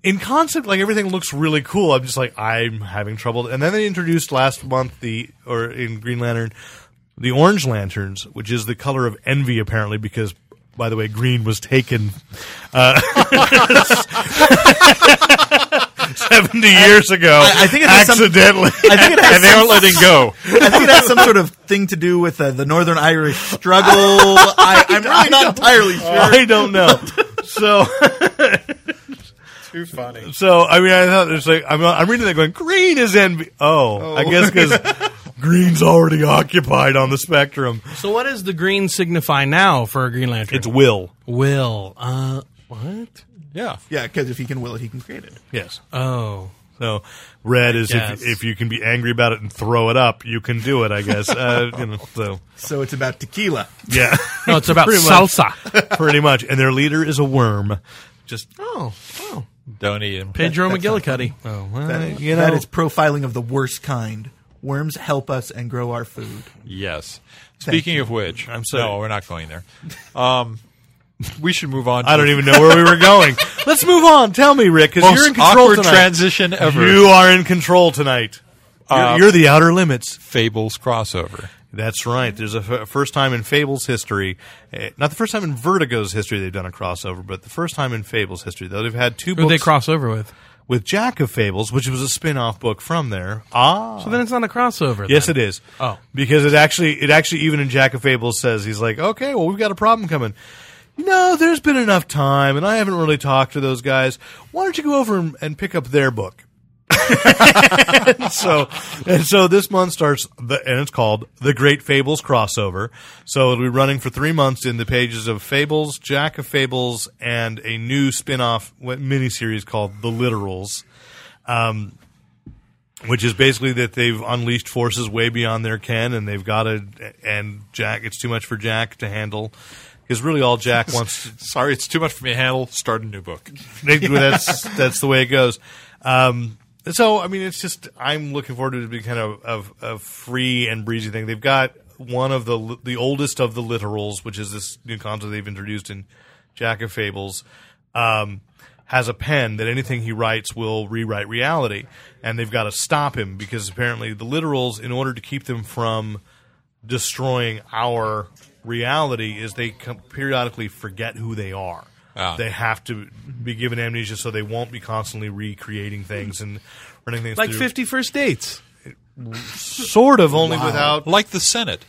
S2: In concept, like everything looks really cool. I'm just like I'm having trouble. And then they introduced last month the or in Green Lantern the orange lanterns, which is the color of envy apparently because by the way green was taken uh, 70 years ago
S5: I- I think it has some-
S2: accidentally
S5: I think it has
S3: And they
S5: some,
S3: aren't letting go.
S5: I think it has some sort of thing to do with uh, the Northern Irish struggle. I, I'm really not entirely sure.
S2: I don't know. So
S6: Too funny.
S2: So I mean, I thought it's like I'm, I'm reading that going green is envy. Oh, I guess because green's already occupied on the spectrum.
S4: So what does the green signify now for a Green Lantern?
S2: It's will.
S4: will. Uh, what?
S3: Yeah.
S5: Yeah, because if he can will it, he can create it.
S2: Yes.
S4: Oh.
S2: So red is if,
S4: guess.
S2: if you can be angry about it and throw it up, you can do it. I guess. Uh, you know. So
S5: So it's about tequila.
S2: yeah,
S4: No, it's about
S2: Pretty much.
S4: salsa.
S2: pretty much. And their leader is a worm. Just
S4: Oh, oh.
S3: Don't eat him.
S4: Pedro McGillicuddy. Oh, well.
S5: That,
S2: you know-
S5: that is profiling of the worst kind. Worms help us and grow our food.
S3: Yes. Speaking of which,
S2: I'm sorry.
S3: No, we're not going there. Um, we should move on. To
S2: I don't even know where we were going. Let's move on. Tell me, Rick,
S3: the
S2: because
S3: most
S2: you're in control
S3: awkward
S2: tonight.
S3: transition ever.
S2: You are in control tonight. You're-
S3: Uh,
S2: you're the outer limits.
S3: Fables crossover.
S2: That's right. There's a f- first time in Fable's history, eh, not the first time in Vertigo's history they've done a crossover, but the first time in Fable's history, though they've had two
S4: Who they
S2: books
S4: cross over with?
S2: with Jack of Fables, which was a spin-off book from there. Ah,
S4: So then it's not a crossover.
S2: yes,
S4: then.
S2: it is.
S4: Oh.
S2: because it actually, it actually even in Jack of Fables says he's like, okay, well we've got a problem coming. No, there's been enough time, and I haven't really talked to those guys. Why don't you go over and, and pick up their book? and so and so this month starts the and it's called the Great Fables crossover. So it'll be running for three months in the pages of Fables, Jack of Fables, and a new spin-off what- miniseries called The Literals. Um which is basically that they've unleashed forces way beyond their ken, and they've got to. And Jack, it's too much for Jack to handle, because really all Jack wants to
S3: Sorry, it's too much for me to handle. Start a new book.
S2: they, that's that's the way it goes. Um, so I mean, it's just I'm looking forward to it being kind of of a free and breezy thing. They've got one of the the oldest of the literals, which is this new concept they've introduced in Jack of Fables. Um, has a pen that anything he writes will rewrite reality, and they've got to stop him because apparently the literals, in order to keep them from destroying our reality, is they com- periodically forget who they are.
S3: Ah.
S2: They have to be given amnesia so they won't be constantly recreating things and running things
S4: Like
S2: through.
S4: fifty first dates.
S2: sort of only without
S3: Like the Senate.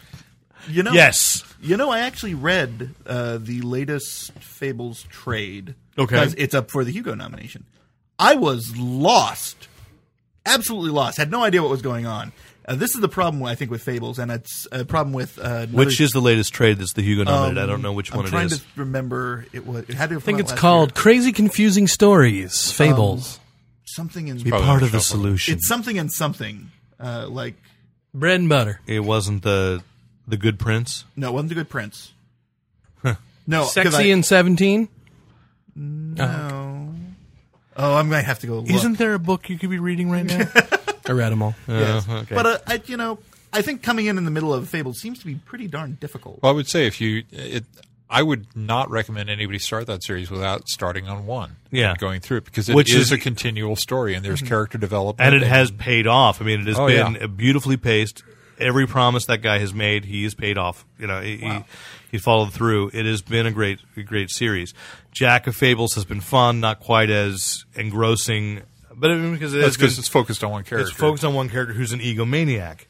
S5: You know,
S2: yes
S5: You know, I actually read uh, the latest Fables trade.
S2: Okay.
S5: Because it's up for the Hugo nomination. I was lost. Absolutely lost. Had no idea what was going on. Uh, this is the problem, I think, with Fables, and it's a problem with. Uh,
S2: which is the latest trade that's the Hugo nominated I don't know which
S5: I'm
S2: one it
S5: trying
S2: is
S5: to remember. It was. It had to.
S4: I think it's called Crazy Confusing Stories Fables.
S5: something in.
S2: be
S3: probably
S2: part
S3: the
S2: of the
S3: shuffle.
S2: solution
S5: It's something in something. Uh, like
S4: Bread and butter.
S2: it wasn't the the good prince
S5: no, it wasn't the Good Prince. No, Oh, 'cause
S4: Sexy
S5: I-
S4: and seventeen.
S5: No. Oh, I'm gonna have to go. Look.
S2: isn't there a book you could be reading right now
S4: I read them all.
S5: Yes.
S2: Oh, okay.
S5: But uh, I, you know, I think coming in in the middle of Fable seems to be pretty darn difficult.
S3: Well, I would say if you, it, I would not recommend anybody start that series without starting on one.
S2: Yeah.
S3: and going through it because it
S2: Which
S3: is
S2: is-
S3: a continual story and there's character development
S2: and it has paid off. I mean, it has
S3: Oh,
S2: been
S3: yeah.
S2: beautifully paced. Every promise that guy has made, he has paid off. You know, he, he he followed through. It has been a great, a great series. Jack of Fables has been fun, not quite as engrossing, but I mean, because it
S3: That's
S2: has
S3: because
S2: been-
S3: it's focused on one character.
S2: it's focused on one character who's an egomaniac.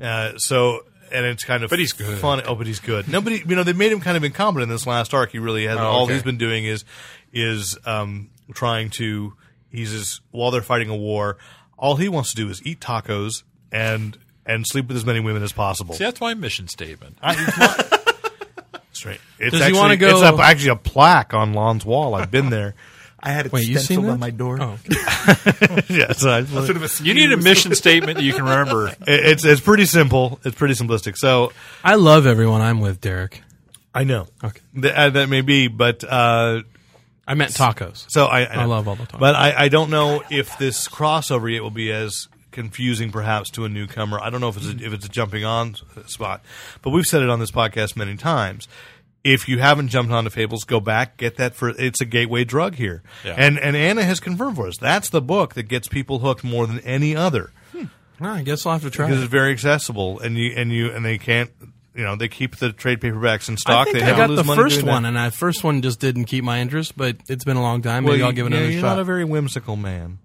S2: Uh, so, and it's kind of but
S3: he's good.
S2: Fun. Oh, but he's good. Nobody, you know, they made him kind of incompetent in this last arc. He really has. not
S3: Oh,
S2: All
S3: okay.
S2: he's been doing is is um, trying to. He's just, while they're fighting a war, all he wants to do is eat tacos and and sleep with as many women as possible.
S3: See, that's my mission statement.
S2: I- it's not- That's right. It's
S4: Does he
S2: actually,
S4: wanna
S2: It's
S4: go-
S2: a, actually a plaque on Lon's wall. I've been there.
S5: I had it
S4: Uh, Wait, you
S5: stenciled
S4: seen that?
S5: on my door.
S4: Oh.
S2: yeah, so I-
S3: You need a mission statement that you can remember.
S2: it- it's it's pretty simple. It's pretty simplistic. So
S4: I love everyone I'm with, Derek.
S2: I know.
S4: Okay.
S2: Th- uh, that may be, but uh,
S4: I meant tacos.
S2: so I, I,
S4: I love all the time.
S2: But I, I don't know if this crossover it will be as confusing, perhaps, to a newcomer. I don't know if it's a, if it's a jumping on s- spot, but we've said it on this podcast many times. If you haven't jumped onto Fables, go back, get that for it's a gateway drug here,
S3: Yeah.
S2: and and Anna has confirmed for us that's the book that gets people hooked more than any other
S4: Well, I guess I'll have to try.
S2: because
S4: It.
S2: it's very accessible and you and you and they can't you know they keep the trade paperbacks in
S4: I
S2: stock.
S4: think
S2: they
S4: I
S2: don't
S4: got
S2: lose
S4: the
S2: money
S4: first
S2: doing that.
S4: one, and that first one just didn't keep my interest. But it's been a long time. Maybe I'll give it
S2: you-
S4: another
S2: you're
S4: shot.
S2: not a very whimsical man.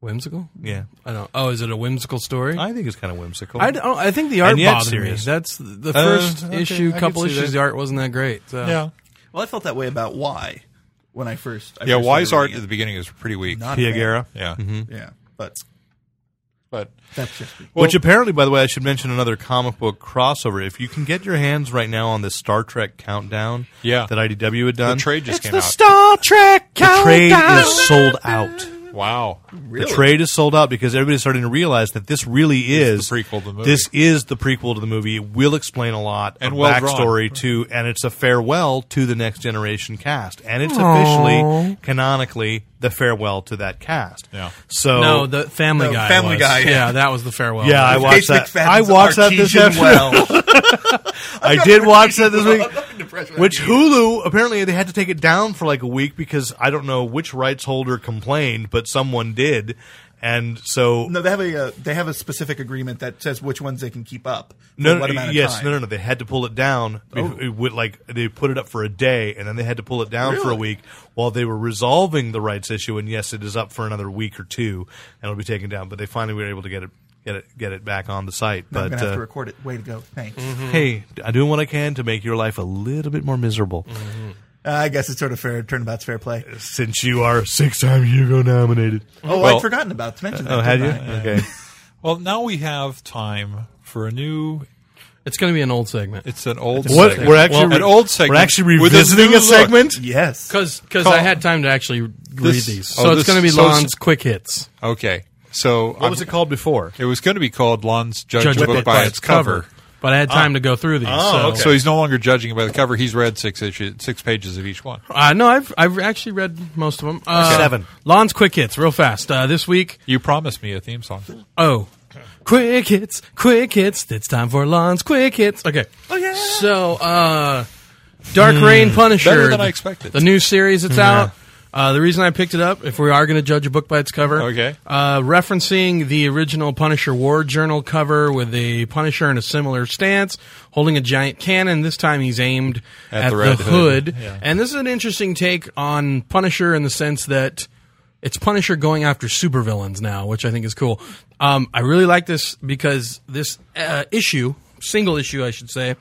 S4: whimsical?
S2: Yeah,
S4: I don't. Oh, is it a whimsical story?
S2: I think it's kind of whimsical.
S4: I, don't, I think the art
S2: And yet
S4: bothered
S2: serious.
S4: me. That's the
S2: Uh,
S4: first
S2: okay, I
S4: issue,
S2: can
S4: couple
S2: see
S4: issues.
S2: that.
S4: The art wasn't that great. So.
S3: Yeah,
S5: Well, I felt that way about Why when I first. I
S3: yeah.
S5: first
S3: Wise
S5: started
S3: art at
S5: reading
S3: the beginning is pretty
S5: it.
S3: weak.
S5: Not a
S2: Pia
S5: fan.
S2: Guerra.
S3: yeah,
S5: Yeah, but
S3: but
S5: that's just me.
S2: Which apparently, by the way, I should mention another comic book crossover. If you can get your hands right now on this Star Trek countdown,
S3: Yeah.
S2: that IDW had done,
S3: the trade just came out.
S4: Star Trek
S2: the trade is sold out.
S3: wow,
S5: Really?
S2: The trade is sold out because everybody's starting to realize that this really is
S3: the prequel to the movie.
S2: This is the prequel to the movie. It will explain a lot
S3: And
S2: of
S3: well drawn.
S2: backstory to, and it's a farewell to the next generation cast, and it's officially canonically the farewell to that cast.
S3: Yeah.
S2: So
S4: No, the Family
S5: No,
S4: Guy.
S5: Family
S4: was.
S5: Guy, yeah.
S4: Yeah, that was the farewell.
S2: Yeah, I watched
S5: Oh, Case
S2: that.
S5: McFadden's
S2: I watched that this
S5: Artesian
S2: afternoon.
S5: Well.
S2: I did watch that this
S5: Well,
S2: week.
S5: I'm not impressed with
S2: Which
S5: that
S2: Hulu apparently they had to take it down for like a week because I don't know which rights holder complained, but someone did, and so
S5: No, they have a uh, they have a specific agreement that says which ones they can keep up. for
S2: No, no,
S5: what amount of
S2: yes,
S5: time. Oh.
S2: no, no, no. They had to pull it down. bef- it would, like they put it up for a day, and then they had to pull it down for a
S5: Really?
S2: week while they were resolving the rights issue. And yes, it is up for another week or two, and it'll be taken down. But they finally were able to get it, get it, get it back on the site.
S5: I'm
S2: but
S5: gonna have to
S2: uh, Mm-hmm.
S5: record it. Way to go! Thanks.
S2: hey, I'm doing what I can to make your life a little bit more miserable.
S5: Uh, I guess it's sort of fair. Turnabout's fair play.
S2: Since you are six time Hugo nominated.
S5: Oh,
S3: Well-
S5: I'd forgotten about to mention that.
S2: Oh, had you?
S5: didn't I?
S2: Okay.
S3: Well, now we have time for a new.
S4: It's going to be an old segment
S3: It's an old.
S2: What?
S3: segment.
S2: We're actually
S3: Well, an old
S2: We're
S3: segment
S2: actually
S3: with a
S2: revisiting
S3: new
S2: a, segment.
S5: Yes.
S4: because
S3: Call-
S4: I had time to actually read
S3: This-
S4: these.
S3: oh,
S4: So it's
S3: this-
S4: going to be
S3: so it's-
S4: Lon's quick hits.
S3: Okay. So
S2: What was it called before?
S3: It was going to be called Lon's Judge, a Book by, its cover. Ah.
S4: But I had time to go through these.
S2: Oh,
S4: so.
S2: okay.
S3: So he's no longer judging it by the cover. He's read six issues, six pages of each one.
S4: Uh, no, I've I've actually read most of them. Uh,
S2: Seven.
S4: Lon's quick hits, real fast. Uh, this week,
S3: You promised me a theme song.
S4: oh, quick hits, quick hits. It's time for Lon's quick hits. Okay. Oh yeah. So, uh, Dark Rain Punisher.
S3: Better than I
S4: the-
S3: expected.
S4: The new series that's out. Uh, the reason I picked it up, if we are going to judge a book by its cover,
S3: Okay.
S4: uh, referencing the original Punisher War Journal cover with the Punisher in a similar stance, holding a giant cannon. This time he's aimed
S3: At
S4: at,
S3: the
S4: the,
S3: Red Hood.
S4: hood. And this is an interesting take on Punisher in the sense that it's Punisher going after supervillains now, which I think is cool. Um, I really like this because this uh, issue, single issue, I should say,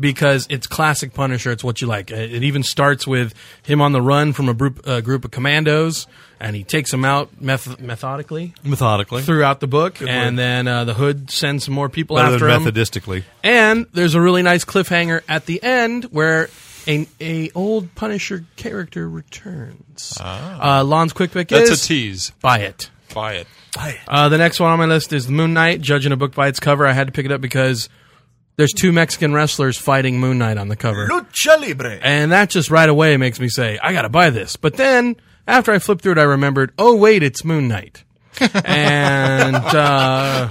S4: because it's classic Punisher. It's what you like. Uh, It even starts with him on the run from a group, a group of commandos, and he takes them out meth- methodically
S2: Hmm. Methodically.
S4: throughout the book. and then uh, the Hood sends some more people
S2: Rather
S4: after
S2: than
S4: him.
S2: methodistically.
S4: And there's a really nice cliffhanger at the end where a, a old Punisher character returns. Uh, Lon's quick pick
S3: Ah. That's
S4: is
S3: a tease.
S4: buy it.
S3: Buy it.
S4: Uh, the next one on my list is the Moon Knight. Judging a book by its cover, I had to pick it up because there's two Mexican wrestlers fighting Moon Knight on the cover,
S5: Lucha Libre.
S4: and that just right away makes me say I gotta buy this. But then after I flipped through it, I remembered, oh wait, it's Moon Knight. and uh,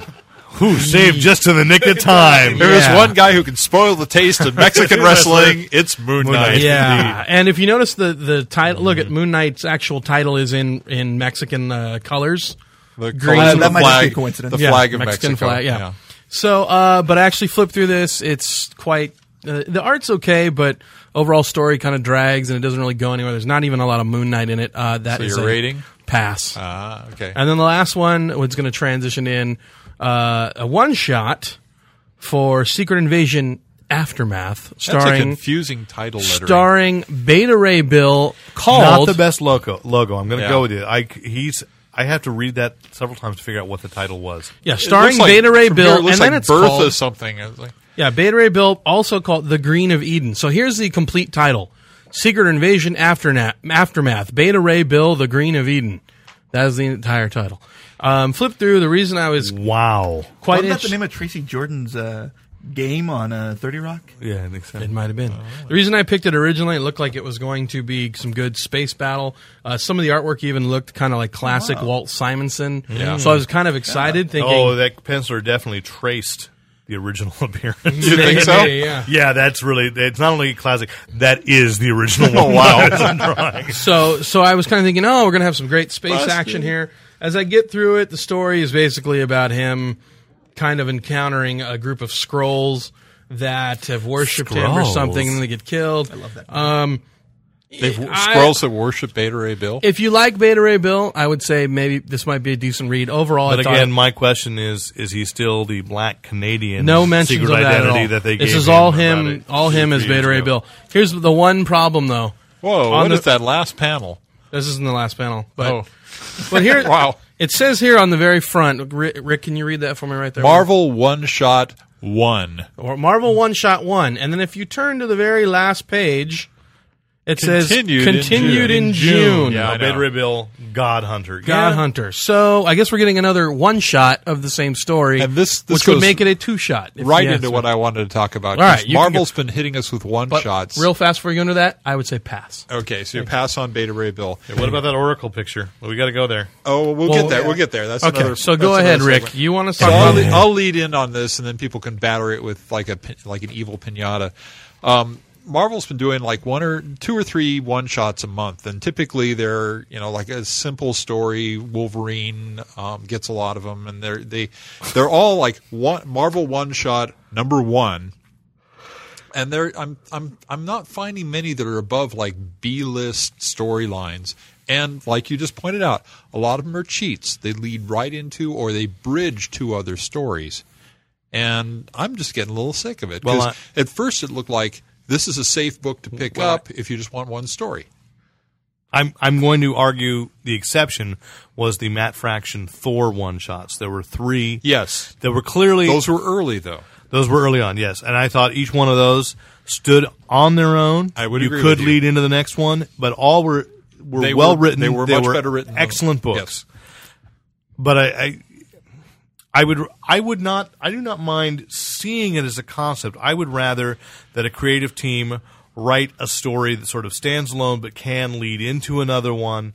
S2: Who saved just in the nick of time?
S3: There is
S4: Yeah.
S3: one guy who can spoil the taste of Mexican wrestling. It's Moon
S2: Moon
S3: Knight.
S2: Knight.
S4: yeah, and if you notice the the title, look at Moon Knight's actual title is in in Mexican uh, colors.
S3: The
S4: Green.
S3: colors of
S4: That
S3: the
S5: might just
S3: flag,
S5: be a coincidence.
S3: The
S5: Yeah,
S3: flag of
S4: Mexican
S3: Mexico.
S4: flag. Yeah. So, uh, but I actually flipped through this. It's quite uh, the art's okay, but overall story kind of drags and it doesn't really go anywhere. There's not even a lot of Moon Knight in it. Uh, that
S3: So
S4: is
S3: your
S4: a
S3: rating?
S4: pass.
S3: Ah, okay.
S4: and then the last one was going to transition in uh, a one shot for Secret Invasion Aftermath,
S3: That's a
S4: starring
S3: confusing title lettering.
S4: starring Beta Ray Bill
S2: Not
S4: called
S2: the best logo. Logo. I'm going to
S3: Yeah.
S2: go with you. I he's. I have to read that several times to figure out what the title was.
S4: yeah
S3: It
S4: starring
S3: looks like-
S4: Beta Ray
S3: from here,
S4: Bill
S3: it looks
S4: and
S3: like
S4: then it's
S3: Bertha
S4: called
S3: something. It's like-
S4: Yeah, Beta Ray Bill, also called The Green of Eden. So here's the complete title Secret Invasion Afterna- Aftermath. Beta Ray Bill, The Green of Eden. That is the entire title. Um, flip through. The reason I was
S2: Wow.
S4: quite
S5: Wasn't that the
S4: itch-
S5: name of Tracy Jordan's uh, game on uh, Thirty Rock?
S2: Yeah, I think so.
S4: It might have
S3: Oh,
S4: been. The reason I picked it originally, it looked like it was going to be some good space battle. Uh, some of the artwork even looked kind of like classic Walt Simonson.
S3: Yeah.
S4: So I was kind of excited thinking.
S2: Oh, that penciler definitely traced the original appearance.
S3: You think so?
S4: yeah.
S2: yeah, that's really. It's not only classic. That is the original. Oh wow.
S4: So so I was kind of thinking, oh, we're gonna have some great space action here. As I get through it, the story is basically about him kind of encountering a group of scrolls that have worshipped him or
S2: Skrulls.
S4: something, and they get killed. I love that. Um,
S3: They've
S4: I-
S3: squirrels that worship Beta Ray Bill.
S4: if you like Beta Ray Bill, I would say maybe this might be a decent read overall.
S2: But
S4: I thought-
S2: again, my question is: Is he still the black Canadian?
S4: no mentions
S2: secret
S4: of that
S2: identity
S4: at all.
S2: that they
S4: this
S2: gave
S4: is all
S2: him. about
S4: him.
S2: it
S4: All him
S2: two,
S4: as
S2: three
S4: Beta
S2: years
S4: Ray
S2: ago?
S4: Bill. Here's the one problem though.
S3: Whoa,
S4: On
S3: what
S4: the-
S3: is that last panel?
S4: This isn't the last panel, but
S3: Oh.
S4: but here
S3: Wow.
S4: It says here on the very front, Rick, Rick can you read that for me right there?
S3: Marvel One Shot One.
S4: or Marvel One Shot One, and then if you turn to the very last page, it
S3: Continued in
S4: says continued
S3: June."
S4: in
S3: June,
S4: June.
S3: yeah. I
S2: Uh, Beta
S3: know.
S2: Ray Bill, God Hunter.
S4: God
S2: Yeah.
S4: Hunter. So I guess we're getting another one shot of the same story,
S3: And this- this
S4: which would
S3: goes
S4: make it a two shot.
S3: Right into what I wanted to talk about.
S4: All right,
S3: 'cause
S4: you can
S3: Marvel's been hitting us with one shots.
S4: Real fast before you go into that, I would say pass.
S3: okay, so you pass on Beta Ray Bill.
S2: What about that Oracle picture? Well, we got to go there.
S3: Oh, we'll,
S4: Well,
S3: get there.
S4: yeah.
S3: We'll get there. That's
S4: Okay,
S3: Another,
S4: so
S3: that's
S4: go
S3: another
S4: ahead,
S3: segment.
S4: Rick. You want to
S3: So
S4: talk
S3: I'll,
S4: about?
S3: le- I'll lead in on this, and then people can batter it with like a pi- like an evil pinata. Um, Marvel's been doing like one or two or three one shots a month, and typically they're you know like a simple story. Wolverine um, gets a lot of them, and they're they they're all like one Marvel one shot number one. And there, I'm I'm I'm not finding many that are above like B list storylines. And like you just pointed out, a lot of them are cheats. They lead right into or they bridge to other stories. And I'm just getting a little sick of it. 'cause
S2: Well, I-
S3: at first it looked like This is a safe book to pick up if you just want one story.
S2: I'm I'm going to argue the exception was the Matt Fraction Thor one shots. There were three.
S3: Yes.
S2: There were clearly
S3: Those were early, though.
S2: Those were early on, yes. And I thought each one of those stood on their own.
S3: I would
S2: You
S3: agree
S2: could
S3: with you.
S2: lead into the next one, but all were were
S3: They were-
S2: well written.
S3: they were much better written than-
S2: Excellent books. But I, I, I would, I would not, I do not mind seeing it as a concept. I would rather that a creative team write a story that sort of stands alone but can lead into another one,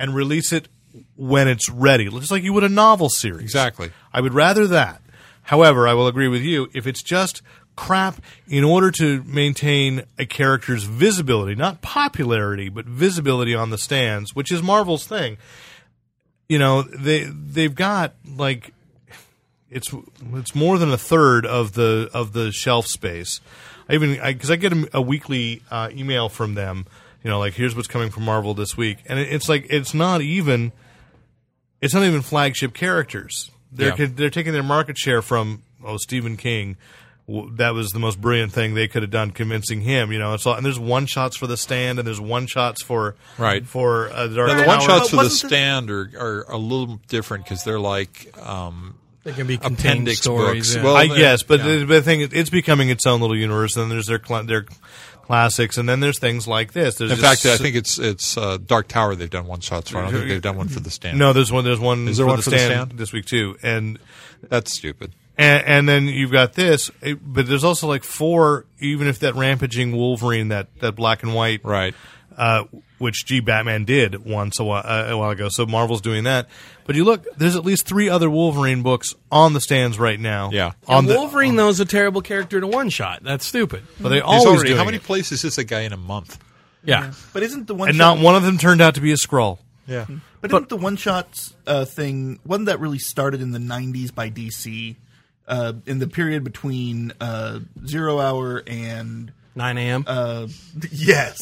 S2: and release it when it's ready, just like you would a novel series.
S3: Exactly.
S2: I would rather that. However, I will agree with you if it's just crap in order to maintain a character's visibility, not popularity, but visibility on the stands, which is Marvel's thing. You know, they they've got like it's it's more than a third of the of the shelf space. I even because I, get a, a weekly uh, email from them, you know, like here's what's coming from Marvel this week, and it, it's like it's not even it's not even flagship characters. They're
S3: Yeah.
S2: they're taking their market share from oh Stephen King. W- That was the most brilliant thing they could have done, convincing him. You know, it's all, and there's one shots for the stand, and there's one shots for
S3: Right.
S2: for uh, Dark
S3: The
S2: Tower.
S3: one shots
S5: but
S3: for the
S5: wasn't the-
S3: stand are, are a little different because they're like um,
S4: They can be contained
S3: appendix
S4: stories.
S3: books.
S4: yeah.
S3: Well,
S2: I
S3: they're-
S2: guess, but
S3: Oh, yeah.
S2: the, but the thing is, it's becoming its own little universe. And there's their cl- their classics, and then there's things like this. There's
S3: in
S2: just
S3: fact, I
S2: s-
S3: think it's it's uh, Dark Tower. They've done one shots for. I don't think they've done one for the stand.
S2: no, there's one, there's one
S3: Is there
S2: for
S3: one
S2: the
S3: for the
S2: stand,
S3: stand?
S2: this week too, and,
S3: that's stupid.
S2: and and then you've got this, it- but there's also like four, even if that rampaging Wolverine, that that black and white,
S3: Right.
S2: uh, which G Batman did once a while, uh, a while ago. So Marvel's doing that. But you look, there's at least three other Wolverine books on the stands right now.
S3: Yeah.
S2: on the
S4: Wolverine, though, is a terrible character to one shot. That's stupid.
S2: but they
S3: He's
S2: always
S3: already,
S2: doing
S3: how many
S2: it.
S3: places is a guy in a month?
S4: Yeah.
S5: But isn't the one
S2: and
S5: shot,
S2: not one of them turned out to be a scroll.
S3: Yeah.
S5: but isn't the one shots uh, thing wasn't that really started in the '90s by DC uh, in the period between uh, Zero Hour and
S4: 9 a.m.
S5: uh, yes,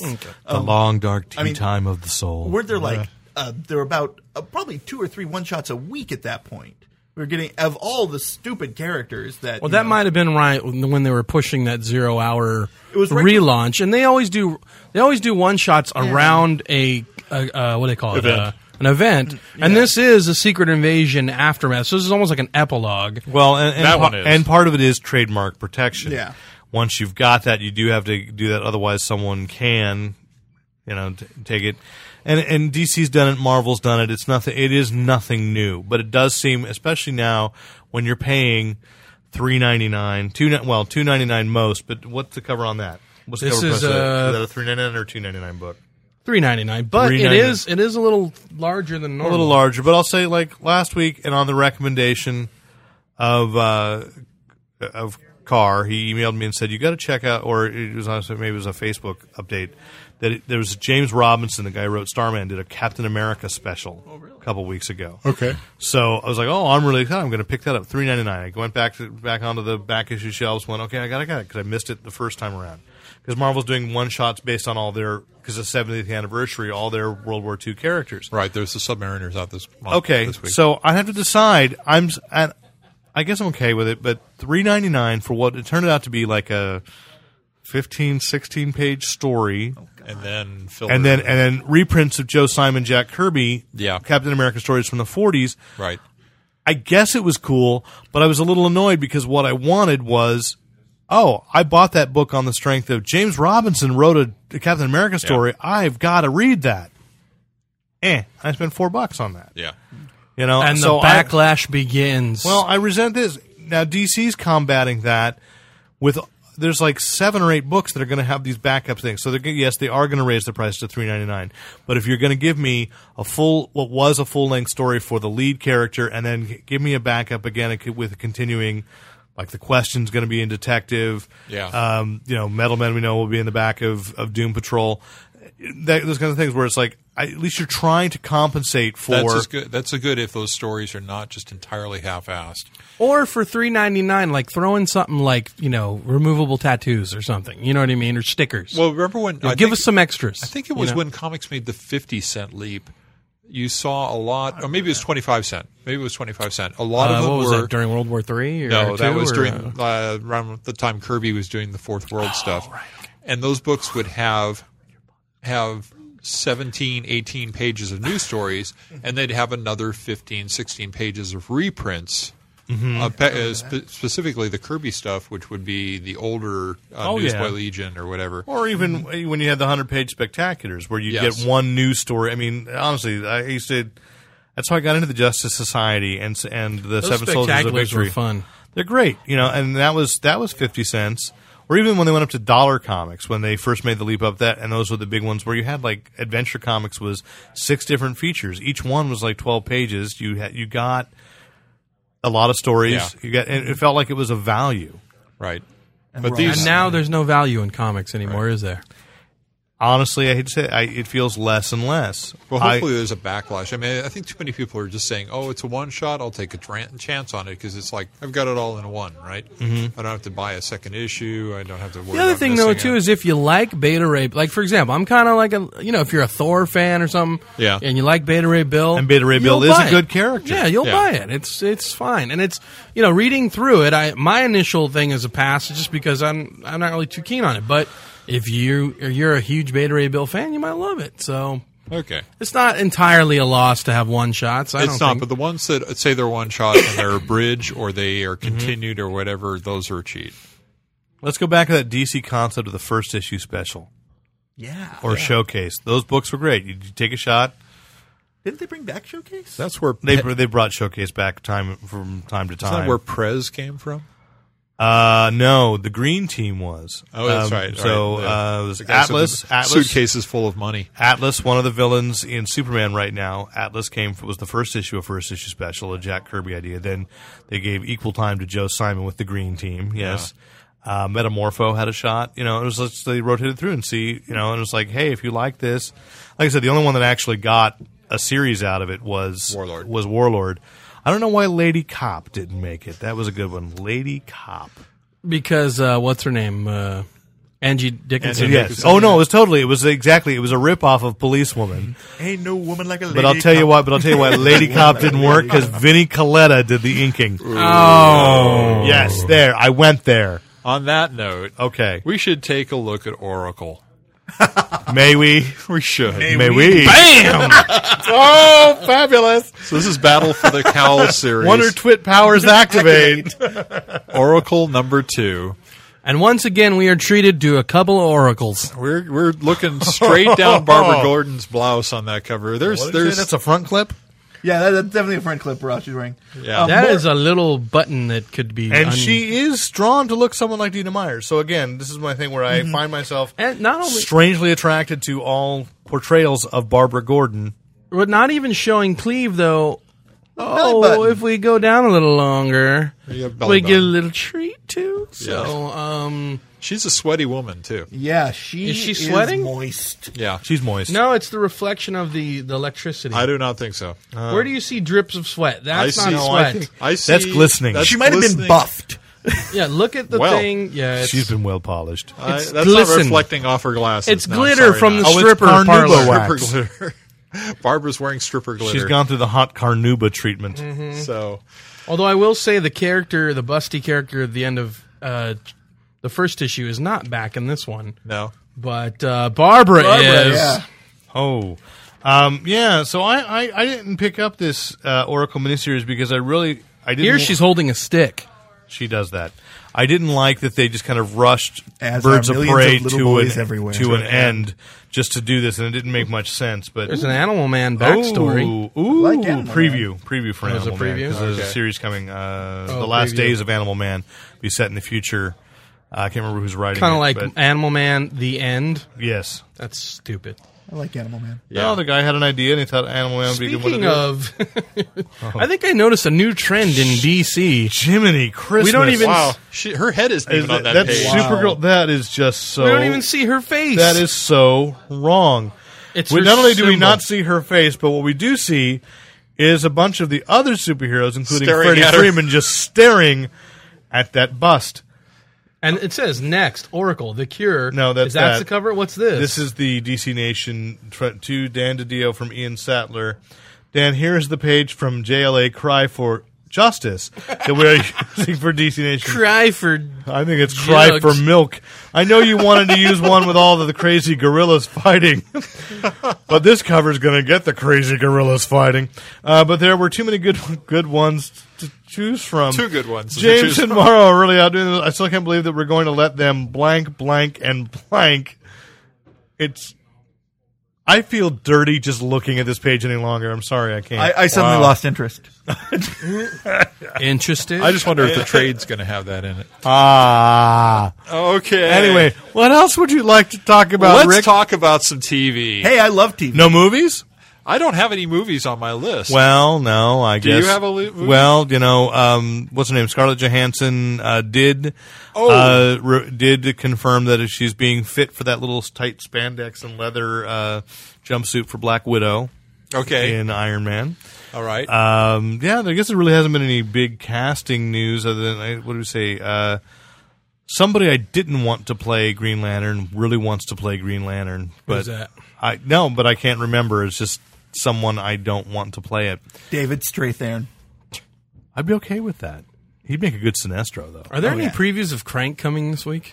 S2: The long dark tea
S5: Um, mean,
S2: time of the soul.
S5: were there like uh, there were about uh, probably two or three one shots a week at that point. We were getting of all the stupid characters that.
S4: well,
S5: you
S4: that
S5: know-
S4: might have been right when when they were pushing that zero hour
S5: It was right-
S4: relaunch, and they always do. They always do one shots around a, a uh, what do they call it? Uh, an event, and this is a secret invasion aftermath. So this is almost like an epilogue.
S2: well, and, and,
S3: That
S2: pa-
S3: one is.
S2: and part of it is trademark protection.
S5: Yeah.
S2: Once you've got that, you do have to do that. Otherwise, someone can, you know, t- take it. And and DC's done it. Marvel's done it. It's nothing. It is nothing new, but it does seem, especially now, when you're paying three ninety nine, two ni- well two ninety nine most. But what's the cover on that? What's the
S4: This
S2: cover
S4: is,
S2: price of that?
S4: uh,
S2: Is that a three ninety nine or two ninety nine book?
S4: Three ninety nine, but it
S2: $3.99.
S4: is it is a little larger than
S2: a
S4: normal.
S2: little larger, but I'll say like last week and on the recommendation of uh, of Carr, he emailed me and said you got to check out, or it was on, maybe it was a Facebook update that it, there was James Robinson, the guy who wrote Starman, did a Captain America special a couple weeks ago.
S3: Okay.
S2: So I was like, oh, I'm really excited. I'm going to pick that up. Three ninety nine. I went back to, back onto the back issue shelves. Went okay, I got it, got it because I missed it the first time around. Because Marvel's doing one shots based on all their because the 70th anniversary, all their World War II characters.
S3: Right. There's the Submariners out this month.
S2: Okay,
S3: This week.
S2: so I have to decide. I'm s- I, I guess I'm okay with it, but three ninety nine for what it turned out to be like a 15, 16 page story,
S3: and then Phil
S2: and then and then reprints of Joe Simon, Jack Kirby,
S3: Yeah.
S2: Captain America stories from the forties.
S3: right.
S2: I guess it was cool, but I was a little annoyed because what I wanted was, oh, I bought that book on the strength of James Robinson wrote a, a Captain America story. I've got to read that. Eh, I spent four bucks on that.
S3: Yeah.
S2: You know,
S4: and
S2: so
S4: the
S2: I-
S4: backlash begins.
S2: well, I resent this. Now DC's combating that with there's like seven or eight books that are going to have these backup things. So they're gonna- yes, they are going to raise the price to three ninety nine. But if you're going to give me a full what was a full length story for the lead character, and then g- give me a backup again and c- with a continuing. Like the question's going to be in Detective,
S3: Yeah.
S2: Um, you know, Metal Men we know will be in the back of, of Doom Patrol. That, those kinds of things where it's like, I, at least you're trying to compensate for
S3: That's as good. That's a good if those stories are not just entirely half-assed.
S4: or for three ninety nine, like throw in something like you know removable tattoos or something. You know what I mean, or stickers.
S3: Well, remember when?
S4: You know,
S3: I
S4: give
S3: think-
S4: us some extras.
S3: I think it was when comics made the fifty cent leap. You saw a lot, or maybe it was twenty-five cent. Maybe it was twenty-five cent. A lot
S4: Uh,
S3: of them
S4: what was
S3: were
S4: that during World War Three? Or
S3: No, that
S4: two,
S3: was
S4: or,
S3: during
S4: uh,
S3: uh, around the time Kirby was doing the Fourth World stuff. and those books would have have 17 18 pages of news stories and they'd have another 15 16 pages of reprints uh, pe- uh, spe- specifically the kirby stuff which would be the older uh,
S2: Oh, yeah.
S3: newsboy legion or whatever
S2: Or even when you had the 100 page spectaculars where you
S3: Yes.
S2: get one news story. I mean, honestly, I used to. That's how I got into the Justice Society and s- and the
S4: Those
S2: Seven Soldiers of
S4: spectaculars
S2: Victory.
S4: were fun.
S2: They're great, you know, and that was that was 50 cents. Or even when they went up to dollar comics when they first made the leap up that and those were the big ones where you had like adventure comics was six different features. Each one was like 12 pages. You had you got a lot of stories.
S3: Yeah.
S2: You got and it felt like it was a value.
S3: right but
S5: Right.
S3: these
S4: And now there's no value in comics anymore, is there?
S2: Honestly, I hate to say it, I, it feels less and less.
S3: Well,
S2: I-
S3: hopefully there's a backlash. I mean, I think too many people are just saying, "Oh, it's a one shot. I'll take a tran chance on it because it's like I've got it all in one, right? Mm-hmm. I don't have to buy a second issue. I don't have to worry."
S4: The other thing, though, too,
S3: is
S4: is if you like Beta Ray, like for example, I'm kind of like a, you know, if you're a Thor fan or something,
S3: Yeah.
S4: and you like Beta Ray Bill,
S2: And Beta Ray
S4: you'll
S2: Bill is
S4: buy
S2: a
S4: it.
S2: good character.
S4: Yeah, you'll
S3: Yeah.
S4: buy it. It's it's fine, and it's you know, reading through it, I my initial thing is a pass, just because I'm I'm not really too keen on it. But if you or you're a huge Beta Ray Bill fan, you might love it. So
S3: okay.
S4: it's not entirely a loss to have one shots. I
S3: It's
S4: don't
S3: not,
S4: think.
S3: but the ones that say they're one shot and they're a bridge or they are continued or whatever, those are cheap.
S2: Let's go back to that DC concept of the first issue special
S5: Yeah.
S2: or showcase. Those books were great. You you take a shot.
S5: Didn't they bring back Showcase?
S3: That's where
S2: They
S3: Pe-
S2: they brought showcase back time from time to
S3: Isn't that
S2: time.
S3: where Prez came from?
S2: uh, no, the green team was.
S3: Oh, that's
S2: Um,
S3: right.
S2: So
S3: right. The-
S2: uh, it was
S3: the guys with
S2: Atlas.
S3: the
S2: Atlas.
S3: suitcases full of money.
S2: Atlas, one of the villains in Superman right now. Atlas came was the first issue of first issue special, a Jack Kirby idea. Then they gave equal time to Joe Simon with the Green Team. Yes, uh, Metamorpho had a shot. You know, it was just, they rotated through and see. You know, and it was like, hey, if you like this, like I said, the only one that actually got a series out of it was
S3: Warlord.
S2: Was Warlord. I don't know why Lady Cop didn't make it. That was a good one, Lady Cop.
S4: because uh, what's her name, uh, Angie Dickinson.
S2: Yes. Oh no, it was totally. It was exactly. It was a rip off of Policewoman.
S5: Ain't no woman like a lady.
S2: But I'll tell you
S5: cop.
S2: why. But I'll tell you why. Lady Cop didn't work because Vinnie Coletta did the inking.
S4: Oh.
S2: Yes, there. I went there.
S3: On that note, oh,
S2: Okay.
S3: we should take a look at Oracle.
S2: May we?
S3: We should.
S2: May we?
S4: Bam!
S2: Oh, fabulous!
S3: So this is Battle for the Cowl series.
S2: Wonder Twit powers activate.
S3: Oracle number two.
S4: And once again, we are treated to a couple of oracles.
S3: We're we're looking straight down Barbara Gordon's blouse on that cover. There's there's
S2: That's a front clip.
S5: Yeah, that, that's definitely a front clip Ross is wearing. Um,
S3: Yeah.
S4: That
S5: more-
S4: is a little button that could be.
S2: And
S4: un-
S2: she is drawn to look someone like Dina Myers. So again, this is my thing where I find myself
S4: And not only-
S2: strangely attracted to all portrayals of Barbara Gordon.
S4: We're not even showing cleave though.
S5: belly
S4: Oh,
S5: button.
S4: if we go down a little longer,
S3: You
S4: we
S3: have belly
S4: get a
S3: button.
S4: little treat too. So, um,
S3: she's a sweaty woman too.
S5: Yeah, she
S4: Is she sweating?
S5: moist.
S3: Yeah.
S2: She's moist.
S4: no, it's the reflection of the the electricity.
S3: I do not think so. Uh,
S4: Where do you see drips of sweat? That's
S3: I see.
S4: not
S3: No,
S4: sweat.
S3: I see
S2: That's glistening.
S5: She might have been
S3: glistening.
S5: buffed.
S4: yeah, look at the
S3: Well,
S4: thing. Yeah, it's,
S2: she's been well polished.
S3: I-
S4: It's
S3: that's
S4: glisten.
S3: not reflecting off her glasses.
S4: it's
S3: No,
S4: glitter
S3: sorry,
S4: from
S3: not.
S4: the
S2: Oh, it's
S4: stripper
S2: carnauba
S4: parlor.
S2: wax.
S3: stripper glitter. Barbara's wearing stripper glitter.
S2: She's gone through the hot carnuba treatment.
S4: Mm-hmm.
S3: So
S4: Although I will say the character, the busty character at the end of uh, the first issue is not back in this one,
S3: no.
S4: but uh, Barbara, is.
S5: yeah.
S2: Oh, um, yeah. So I, I, I didn't pick up this uh, Oracle miniseries because I really I didn't.
S4: Here she's holding a stick.
S2: she does that. I didn't like that they just kind of rushed
S5: As
S2: Birds
S5: are
S2: of
S5: millions
S2: Prey
S5: of little
S2: to
S5: boys
S2: an
S5: everywhere.
S2: to an end just to do this, and it didn't make much sense. But
S4: There's an Animal Man backstory.
S2: Ooh, ooh,
S5: like Animal
S2: preview, preview for
S4: There's a
S2: Animal Man,
S4: preview?
S2: 'cause There's
S3: Okay.
S2: a series coming. Uh,
S4: Oh,
S2: the last
S4: preview.
S2: days of Animal Man be set in the future. I can't remember who's writing.
S4: Kind
S2: it,
S4: of like
S2: but
S4: Animal Man, the end.
S2: yes.
S4: That's stupid.
S5: I like Animal Man.
S2: Yeah. the guy had an idea and he thought Animal Man would be a good one Oh. to
S4: Speaking
S2: do.
S4: of, I think I noticed a new trend in DC.
S2: Jiminy Christmas.
S4: We don't even-
S3: Wow. She, her head isn't
S2: Is
S3: even on
S2: that-
S3: that
S2: that's
S3: page.
S5: super-
S2: Supergirl. That is just so.
S4: We don't even see her face.
S2: That is so wrong.
S4: It's
S2: We-
S4: her
S2: not only do we
S4: symbol.
S2: not see her face, but what we do see is a bunch of the other superheroes, including
S3: Staring
S2: Freddie
S3: at her.
S2: Freeman, just staring at that bust.
S4: and it says next Oracle, the Cure.
S2: No, that's
S4: is that
S2: that.
S4: the cover. What's this?
S2: This is the DC Nation front to Dan DiDio from Ian Sattler. Dan, here's the page from JLA Cry for justice that we are using for DC Nation.
S4: Cry for
S2: I think it's cry for
S4: Jugs.
S2: milk. I know you wanted to use one with all of the crazy gorillas fighting, but this cover's going to get the crazy gorillas fighting. Uh, but there were too many good good ones to choose from.
S3: Two good ones to choose
S2: James and
S3: from.
S2: Morrow are really outdoing this. I still can't believe that we're going to let them blank, blank, and blank. It's. I feel dirty just looking at this page any longer. I'm sorry, I can't.
S5: I, I suddenly lost interest.
S4: interested.
S3: I just wonder if the trade's going to have that in it.
S2: ah.
S3: Okay.
S2: Anyway, what else would you like to talk about,
S3: let's
S2: Rick?
S3: talk about some TV.
S5: Hey, I love TV.
S2: no movies.
S3: I don't have any movies on my list.
S2: Well, no, I
S3: you
S2: guess.
S3: have a li- movie?
S2: Well, you know, um, what's her name? Scarlett Johansson uh, did
S3: Oh.
S2: uh, re- did confirm that she's being fit for that little tight spandex and leather uh, jumpsuit for Black Widow
S3: okay.
S2: in Iron Man.
S3: All right.
S2: Um, yeah, I guess there really hasn't been any big casting news other than I- what do we say? Uh, somebody I didn't want to play Green Lantern really wants to play Green Lantern, but
S4: Who's that?
S2: I no, but I can't remember. It's just someone I don't want to play it.
S5: David Strathairn.
S2: I'd be okay with that. He'd make a good Sinestro, though.
S4: Are there any previews of Crank coming this week?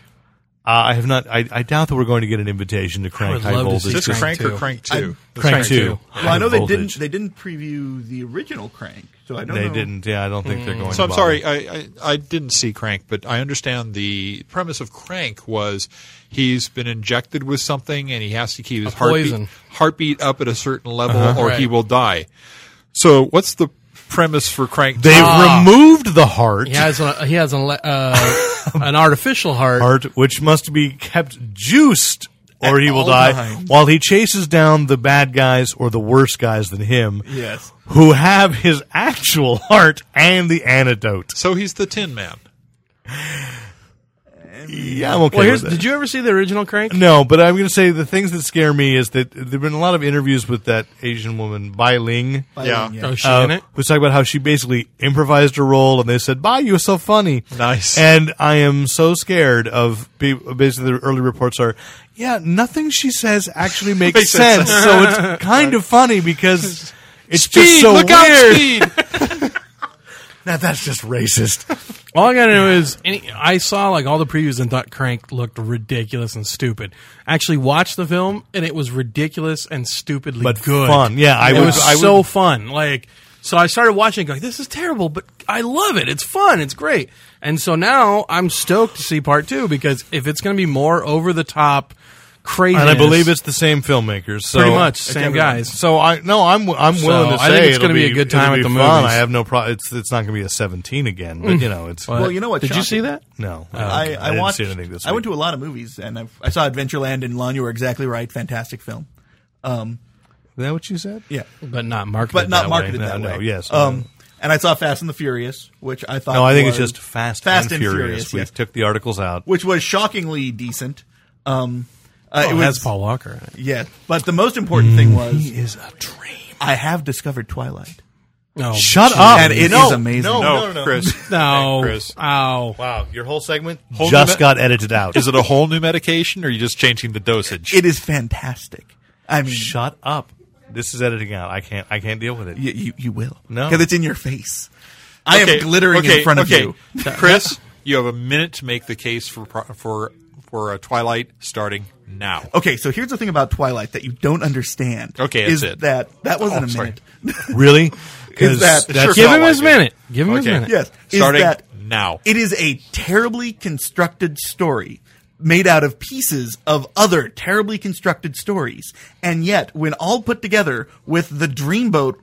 S2: Uh, I have not. I, I doubt that we're going to get an invitation to crank
S4: would
S2: high
S4: love to
S2: voltage.
S4: see
S3: Is this
S4: Crank
S3: Crank,
S4: two.
S3: or Crank
S5: I-
S3: 2?
S2: crank two.
S5: Well, I know they
S2: Voltage.
S5: didn't. They didn't preview the original Crank, so I don't.
S2: They
S5: know.
S2: didn't. Yeah, I don't think
S4: Mm.
S2: they're going.
S3: So
S2: to
S3: I'm
S2: bother.
S3: sorry, I, I I didn't see Crank, but I understand the premise of Crank was he's been injected with something and he has to keep his
S4: A
S3: heartbeat
S4: poison.
S3: heartbeat up at a certain level or he
S4: Right.
S3: will die. So what's the premise for Crank?
S2: They've
S4: Ah.
S2: removed the heart.
S4: He has a, he has an ele- uh, an artificial heart.
S2: heart, which must be kept juiced or
S5: At
S2: he will
S5: all
S2: die,
S5: times.
S2: while he chases down the bad guys or the worse guys than him,
S5: Yes.
S2: who have his actual heart and the antidote.
S3: so he's the Tin Man.
S2: Yeah, I'm okay
S4: well, here's,
S2: with it.
S4: did you ever see the original Crank?
S2: no, but I'm going to say the things that scare me is that there have been a lot of interviews with that Asian woman, Bai Ling.
S3: Yeah.
S4: Oh, is she in it?
S2: was talking about how she basically improvised a role, and they said, "Bye, you were so funny."
S3: Nice.
S2: And I am so scared of pe- basically the early reports are, yeah, nothing she says actually makes,
S3: Makes
S2: sense.
S3: sense.
S2: so it's kind of funny because it's just
S3: Speed,
S2: so
S3: look out,
S2: weird.
S3: speed!
S2: Now that's just racist.
S4: All I gotta know is any, I saw like all the previews and thought Crank looked ridiculous and stupid. Actually, watched the film and it was ridiculous and stupidly
S2: But
S4: good.
S2: fun. Yeah, I
S4: it
S2: would-
S4: was
S2: I would-
S4: so fun. Like, so I started watching, going, "This is terrible," but I love it. It's fun. It's great. And so now I'm stoked to see part two because if it's gonna be more over the top, crazy,
S2: and I believe it's the same filmmakers. So
S4: pretty much same guys.
S2: So I no, I'm I'm willing to say
S4: I think it's
S2: it'll
S4: gonna be a good
S2: it'll
S4: time at
S2: be
S4: the
S2: fun. I
S4: movies.
S2: have no problem. It's it's not going to be a 17 again, but you know it's
S5: Well, you know what?
S4: Did you
S5: Shocking.
S4: see that?
S2: Mm. no.
S5: I,
S2: don't-
S5: I,
S2: didn't
S5: watched.
S2: see anything this
S5: I
S2: week.
S5: went to a lot of movies, and I've, I saw Adventureland and Lon. You were exactly right. Fantastic film. Um,
S2: Is that what you said?
S5: yeah,
S4: but not marketed,
S5: but
S4: that
S5: not
S4: way.
S5: marketed
S2: No,
S5: that
S2: no,
S5: way.
S2: yes.
S5: Um, and I saw Fast and the Furious, which I thought.
S2: No, I think it's
S5: was-
S2: just Fast,
S5: Fast
S2: and,
S5: and
S2: Furious.
S5: Furious,
S2: We
S5: yes.
S2: took the articles out.
S5: which was shockingly decent. Um, uh,
S4: Oh,
S5: it
S4: it
S5: was,
S4: has Paul Walker. In it.
S5: Yeah, but the most important
S2: Mm,
S5: thing was
S4: is a dream.
S5: I have discovered Twilight.
S4: No,
S5: Oh,
S2: Shut up!
S5: And it
S2: Oh, no,
S5: is amazing.
S2: No,
S5: No,
S2: no, no,
S3: Chris.
S4: no,
S3: Hey, Chris.
S4: ow.
S2: Wow, your whole segment
S3: Whole
S2: just
S3: minute?
S2: got edited out.
S3: Is it a whole new medication or are you just changing the dosage?
S5: It is fantastic. I mean,
S2: Shut up! This is editing out. I can't. I can't deal with it.
S5: you, you, you will
S2: No.
S5: because it's in your face. I
S3: Okay,
S5: am glittering
S3: okay,
S5: in front of
S3: okay.
S5: you.
S3: Chris, you have a minute to make the case for pro- for for uh, Twilight starting now.
S5: Okay, so here's the thing about Twilight that you don't understand.
S3: Okay,
S5: is
S3: that's it.
S5: that that wasn't
S3: Oh,
S5: a
S3: sorry.
S5: minute.
S2: Really?
S5: Is that-
S2: that's-
S3: Sure
S4: Give
S3: felt
S4: him
S3: like
S4: his
S3: it.
S4: minute. Give him his
S3: Okay.
S4: minute.
S5: Yes, is
S3: Starting
S5: that
S3: now.
S5: It is a terribly constructed story made out of pieces of other terribly constructed stories, and yet when all put together with the Dreamboat,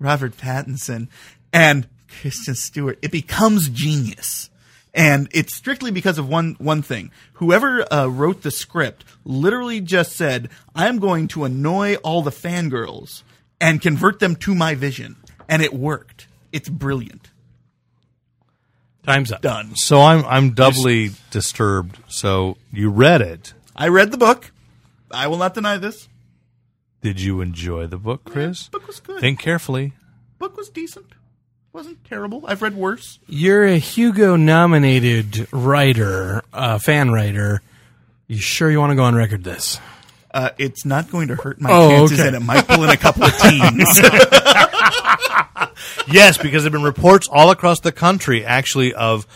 S5: Robert Pattinson, and Kristen Stewart, it becomes genius. And it's strictly because of one one thing. Whoever uh, wrote the script literally just said, "I'm going to annoy all the fangirls and convert them to my vision," and it worked. It's brilliant.
S4: Time's up.
S5: Done.
S2: So I'm I'm doubly disturbed. So you read it.
S5: I read the book. I will not deny this.
S2: Did you enjoy the book, Chris?
S5: book was good.
S2: Think carefully.
S5: Book was decent. Wasn't terrible. I've read worse.
S4: You're a Hugo nominated writer, uh, fan writer. You sure you want to go on record this?
S5: Uh, it's not going to hurt my
S4: Oh,
S5: chances,
S4: okay.
S5: and it might pull in a couple of teams.
S2: Yes, because there have been reports all across the country, actually, of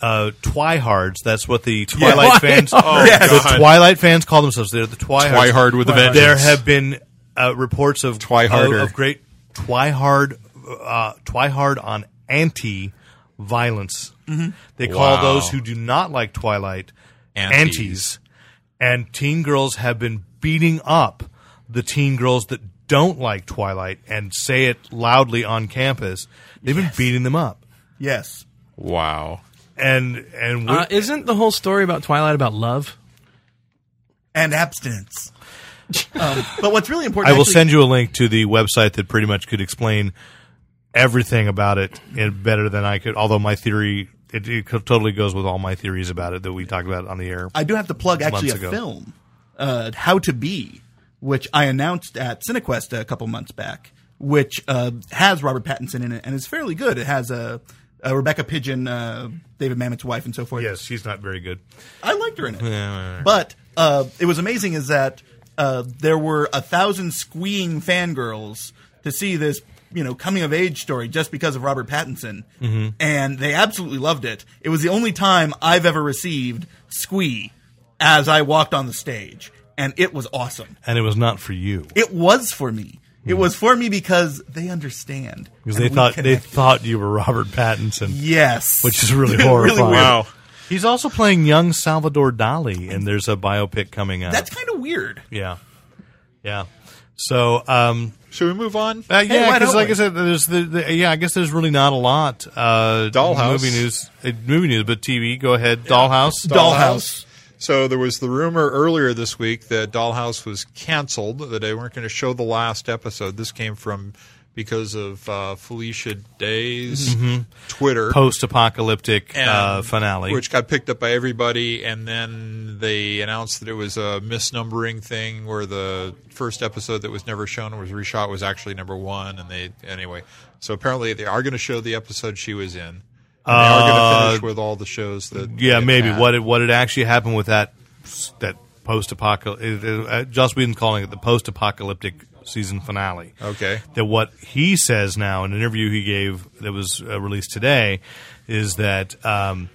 S2: uh, Twihards. That's what the Twilight
S4: Yeah.
S2: fans,
S4: Oh,
S5: Yes.
S2: the Twilight fans call themselves. They're the Twihards.
S3: Twihard with a vengeance.
S2: There have been uh, reports of
S3: Twiharder.
S2: of, of great Twihard, uh, Twihard on anti-violence. They call
S3: Wow.
S2: those who do not like Twilight
S3: Antis.
S2: antis, and teen girls have been beating up the teen girls that don't like Twilight and say it loudly on campus. They've been beating them up,
S5: yes.
S3: Wow.
S2: and and we,
S4: Uh, isn't the whole story about Twilight about love?
S5: And abstinence. Um, but what's really important,
S2: I will
S5: actually-
S2: send you a link to the website that pretty much could explain everything about it and better than I could. Although my theory, it, it co- totally goes with all my theories about it that we talked about on the air.
S5: I do have to plug actually a
S2: ago.
S5: film, uh, How to Be, which I announced at Cinequest a couple months back, which uh, has Robert Pattinson in it and is fairly good. It has a, uh Rebecca Pigeon, uh, David Mamet's wife, and so forth.
S2: yes, she's not very good.
S5: I liked her in it. But uh, it was amazing is that uh, there were a thousand squeeing fangirls to see this, you know, coming of age story just because of Robert Pattinson, and they absolutely loved it. It was the only time I've ever received squee as I walked on the stage, and it was awesome.
S2: And it was not for you
S5: It was for me. It was for me because they understand
S2: because
S5: and
S2: they
S5: we
S2: thought
S5: connect.
S2: they thought you were Robert Pattinson.
S5: yes,
S2: which is really horrifying.
S5: weird.
S3: Wow.
S2: He's also playing young Salvador Dali, and there's a biopic coming out.
S5: that's kind of weird.
S2: yeah, yeah. So, um,
S3: Should we move on?
S2: uh, yeah,
S5: why
S2: because
S5: don't
S2: like
S5: we?
S2: I said, there's the, the yeah. I guess there's really not a lot. Uh,
S3: Dollhouse.
S2: movie news, uh, movie news, but TV. Go ahead, Dollhouse.
S5: Dollhouse.
S3: So there was the rumor earlier this week that Dollhouse was canceled, that they weren't going to show the last episode. This came from because of uh, Felicia Day's
S5: Mm-hmm.
S3: Twitter.
S2: Post-apocalyptic
S3: and-
S2: uh, finale.
S3: which got picked up by everybody, and then they announced that it was a misnumbering thing, where the first episode that was never shown was reshot was actually number one, and they anyway. So apparently, they are going to show the episode she was in. And they are going to finish with all the shows that.
S2: Uh, yeah,
S3: they've
S2: maybe
S3: had.
S2: what it, what had actually happened with that that post-apocalyptic. Uh, Joss Whedon's calling it the post-apocalyptic season finale.
S3: Okay.
S2: that what he says now in an interview he gave that was uh, released today is that um,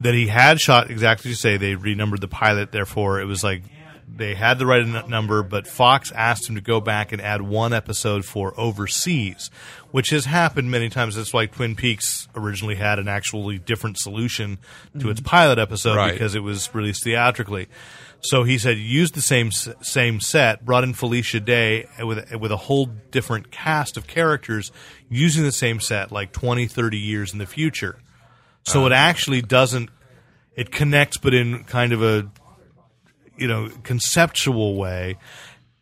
S2: that he had shot exactly as you say they renumbered the pilot therefore it was like they had the right n- number but fox asked him to go back and add one episode for overseas which has happened many times that's why twin peaks originally had an actually different solution to its pilot episode
S3: Right.
S2: because it was released theatrically so he said use the same s- same set brought in felicia day with, with a whole different cast of characters using the same set like 20 30 years in the future so it actually doesn't it connects but in kind of a you know conceptual way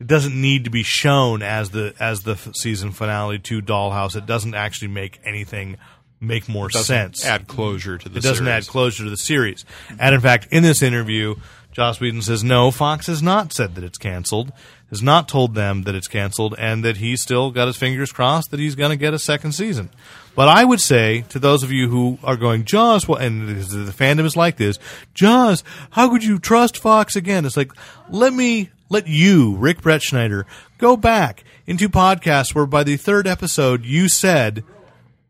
S2: it doesn't need to be shown as the as the f- season finale to dollhouse it doesn't actually make anything make more sense
S3: add closure to the?
S2: it doesn't
S3: series.
S2: add closure to the series. And in fact, in this interview, Joss Whedon says no, Fox has not said that it's canceled, has not told them that it's canceled, and that he's still got his fingers crossed that he's going to get a second season. But I would say to those of you who are going, Jaws, well, and this is- the fandom is like this, Jaws, how could you trust Fox again? It's like, let me, let you, Rick Brett Schneider, go back into podcasts where by the third episode you said,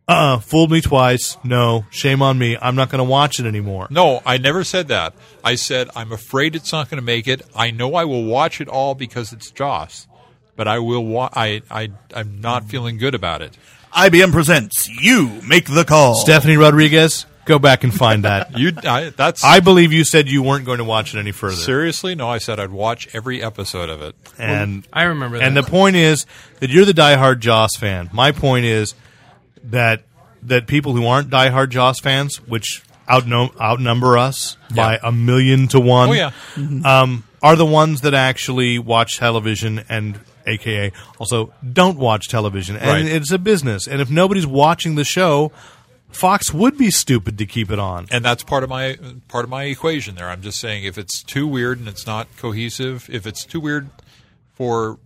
S2: uh-uh, fooled me twice. No, shame on me. I'm not going to watch it anymore.
S3: No, I never said that. I said I'm afraid it's not going to make it. I know I will watch it all because it's Joss, but I will. Wa- I I I'm not feeling good about it.
S5: IBM presents. You make the call.
S2: Stephanie Rodriguez, go back and find that.
S3: You, I, that's
S2: I believe you said you weren't going to watch it any further.
S3: Seriously? No, I said I'd watch every episode of it.
S2: And
S4: I remember that.
S2: And the point is that you're the diehard Joss fan. My point is that that people who aren't diehard Joss fans, which outno- outnumber us by a million to one,
S3: Oh, yeah.
S2: um, are the ones that actually watch television and aka also don't watch television. And
S3: Right.
S2: it's a business. And if nobody's watching the show, Fox would be stupid to keep it on.
S3: And that's part of my part of my equation there. I'm just saying if it's too weird and it's not cohesive, if it's too weird for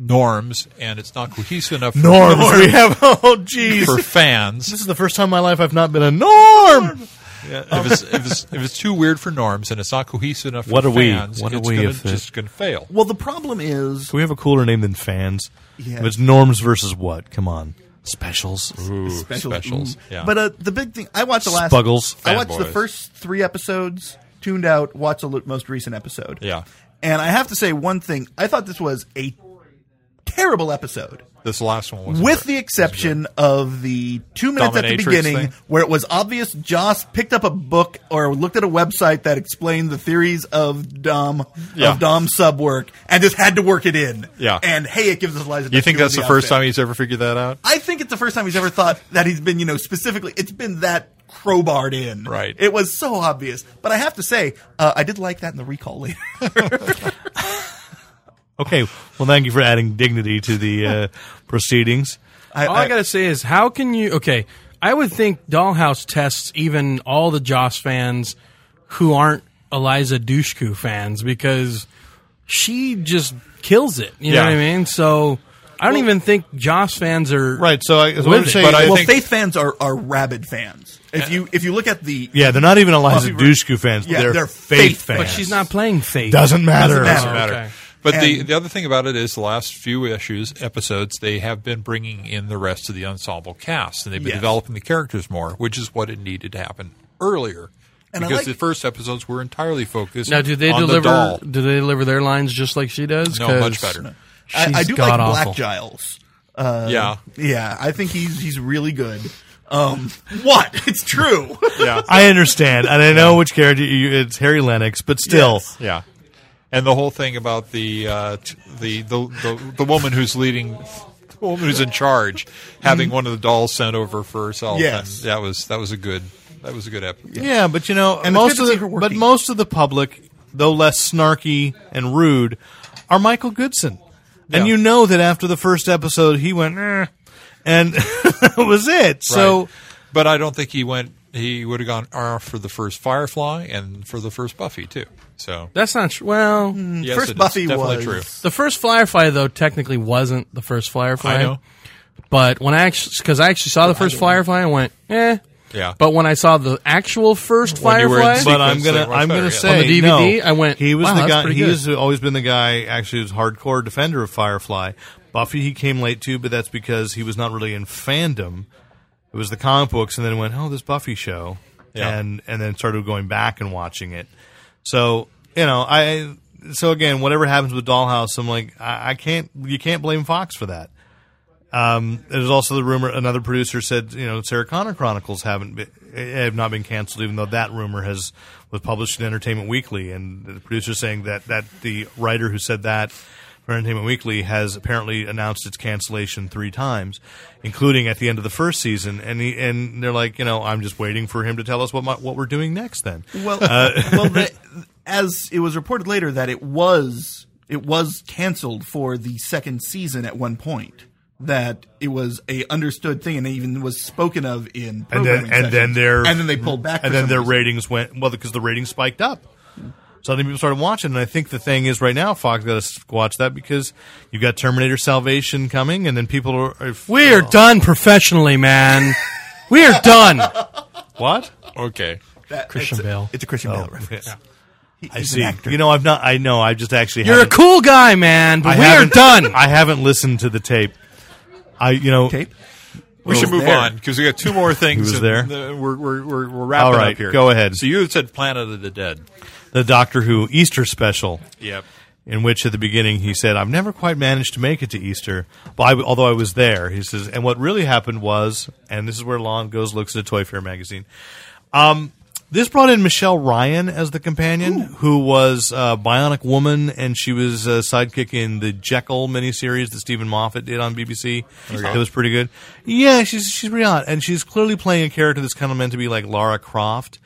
S3: norms and it's not cohesive enough for-
S2: Norms, we have oh jeez.
S3: for
S2: This
S3: fans.
S2: is the first time in my life I've not been a norm.
S3: If it's, if it's if it's too weird for norms and it's not cohesive enough for
S2: What are we?
S3: fans,
S2: What are
S3: it's
S2: we
S3: gonna,
S2: if it-
S3: just going to fail.
S5: Well, the problem is
S2: Can we have a cooler name than fans?
S5: Yeah.
S2: If it's norms versus what? Come on. Specials.
S3: Ooh,
S5: special-
S3: specials.
S5: mm.
S3: Yeah.
S5: But uh, the big thing I watched the last
S2: Spuggles.
S5: I watched the
S3: Fanboys.
S5: first three episodes, tuned out, watched the l- most recent episode.
S3: yeah.
S5: And I have to say one thing. I thought this was a terrible episode.
S3: This last one was
S5: With the exception of the two minutes at the
S3: Dominatrix
S5: beginning
S3: thing?
S5: where it was obvious Joss picked up a book or looked at a website that explained the theories of Dom
S3: Yeah.
S5: of Dom sub work and just had to work it in.
S3: Yeah.
S5: And hey, it gives us Liza.
S3: You think that's the first time he's ever figured that out?
S5: I think it's the first time he's ever thought that he's been, you know, specifically it's been that crowbarred in.
S3: Right.
S5: It was so obvious. But I have to say, uh, I did like that in the recall later.
S2: Okay. Well, thank you for adding dignity to the uh, proceedings.
S5: I,
S4: All I, gotta say is, how can you? Okay, I would think Dollhouse tests even all the Joss fans who aren't Eliza Dushku fans because she just kills it. You know
S3: Yeah.
S4: what I mean? So I don't even think Joss fans are
S2: Right. So I, so
S4: With
S2: I'm
S4: it.
S2: saying,
S3: But I
S5: well,
S3: think-
S5: faith fans are, are rabid fans. If you if you look at the
S2: yeah, they're not even Eliza
S5: Well, we were-
S2: Dushku fans.
S5: yeah,
S2: they're,
S5: they're
S2: faith,
S5: faith
S2: fans.
S4: But she's not playing Faith.
S2: Doesn't matter.
S5: Doesn't
S3: matter.
S4: Okay.
S3: But the
S5: And-
S3: the other thing about it is the last few issues episodes they have been bringing in the rest of the ensemble cast and they've been
S5: Yes.
S3: developing the characters more, which is what it needed to happen earlier.
S5: And I
S3: because
S5: like-
S3: the first episodes were entirely focused.
S4: Now, do they
S3: on The
S4: deliver?
S3: doll.
S4: do they deliver their lines just like she does?
S3: No,
S4: 'Cause
S3: much better.
S5: I, I
S4: she's
S5: do like
S4: god-awful.
S5: Black Giles. Uh,
S3: Yeah.
S5: yeah, I think he's he's really good. Um, what? It's true.
S3: Yeah,
S2: I understand, and I know which character you, it's Harry Lennox, but still,
S5: Yes.
S3: yeah. And the whole thing about the uh, t- the, the the the woman who's leading, the woman who's in charge, having one of the dolls sent over for herself.
S5: Mm-hmm. Yes.
S3: and that was that was a good that was a good episode.
S2: yeah. but you know,
S5: And it's
S2: most
S5: good
S2: of
S5: to
S2: the
S5: see her working.
S2: but most of the public, though less snarky and rude, are Michael Goodson, and
S3: Yeah.
S2: you know that after the first episode, he went, "Eh," and that was it. So
S3: Right. but I don't think he went. He would have gone R for the first Firefly and for the first Buffy too. So
S4: That's not true. Well,
S3: yes,
S5: First
S3: it is
S5: Buffy
S3: definitely
S5: was
S3: true.
S4: the first Firefly though technically wasn't the first Firefly.
S3: I know.
S4: But when I actually, because I actually saw the first Firefly, I went, eh.
S3: Yeah,
S4: But when I saw the actual first
S3: When you were in
S4: Firefly,
S3: sequence,
S2: But I'm
S3: they
S2: gonna,
S3: were
S2: I'm
S3: better,
S2: gonna
S3: yeah.
S2: say
S4: On the DVD,
S2: no.
S4: I went,
S2: He was
S4: wow,
S2: the
S4: that's
S2: guy.
S4: pretty
S2: He
S4: good.
S2: has always been the guy, actually, who's hardcore defender of Firefly. Buffy, he came late too, but that's because he was not really in fandom. It was the comic books, and then went, oh, this Buffy show,
S3: Yeah.
S2: and and then started going back and watching it. So you know, I so again, whatever happens with Dollhouse, I'm like, I, I can't, you can't blame Fox for that. Um, there's also the rumor. Another producer said, you know, Sarah Connor Chronicles haven't been, have not been canceled, even though that rumor has was published in Entertainment Weekly, and the producer saying that that the writer who said that for Entertainment Weekly has apparently announced its cancellation three times, including at the end of the first season, and he, and they're like, you know, I'm just waiting for him to tell us what my, what we're doing next. Then,
S5: Well,
S2: Uh,
S5: well, the, as it was reported later that it was it was canceled for the second season at one point. That it was a understood thing, and it even was spoken of in
S2: and
S5: programming
S2: then and then
S5: sessions.
S2: their
S5: and then they pulled back,
S2: and
S5: for
S2: then
S5: some
S2: their
S5: reason.
S2: ratings went well because the ratings spiked up. Suddenly people started watching, and I think the thing is right now Fox got to watch that because you've got Terminator Salvation coming, and then people are, are
S4: we are done professionally, man. we are done.
S2: what?
S3: Okay,
S5: That-
S4: Christian
S5: it's a-
S4: Bale.
S5: It's a
S2: Oh.
S5: Christian Bale reference. He-
S2: I
S5: he's an
S2: see.
S5: actor.
S2: You know, I've not. I know. I've just actually.
S4: You're a
S2: haven't-
S4: cool guy, man. But
S2: I
S4: we are
S2: haven't-
S4: done.
S2: I haven't listened to the tape. I you know
S5: tape.
S3: we should move
S5: there.
S3: on because we got two more
S2: was
S3: things. and
S2: there?
S3: the- we're, we're, we're, we're wrapping
S2: All right,
S3: up here.
S2: go ahead.
S3: So you had said Planet of the Dead.
S2: the Doctor Who Easter special.
S3: Yep.
S2: in which at the beginning he said, I've never quite managed to make it to Easter, but I, although I was there, he says, and what really happened was, and this is where Lon goes, looks at a Toy Fair magazine. Um, this brought in Michelle Ryan as the companion, who was uh, Bionic Woman, and she was a sidekick in the Jekyll miniseries that Stephen Moffat did on BBC. That was pretty good. Yeah, she's she's pretty hot, and she's clearly playing a character that's kind of meant to be like Lara Croft.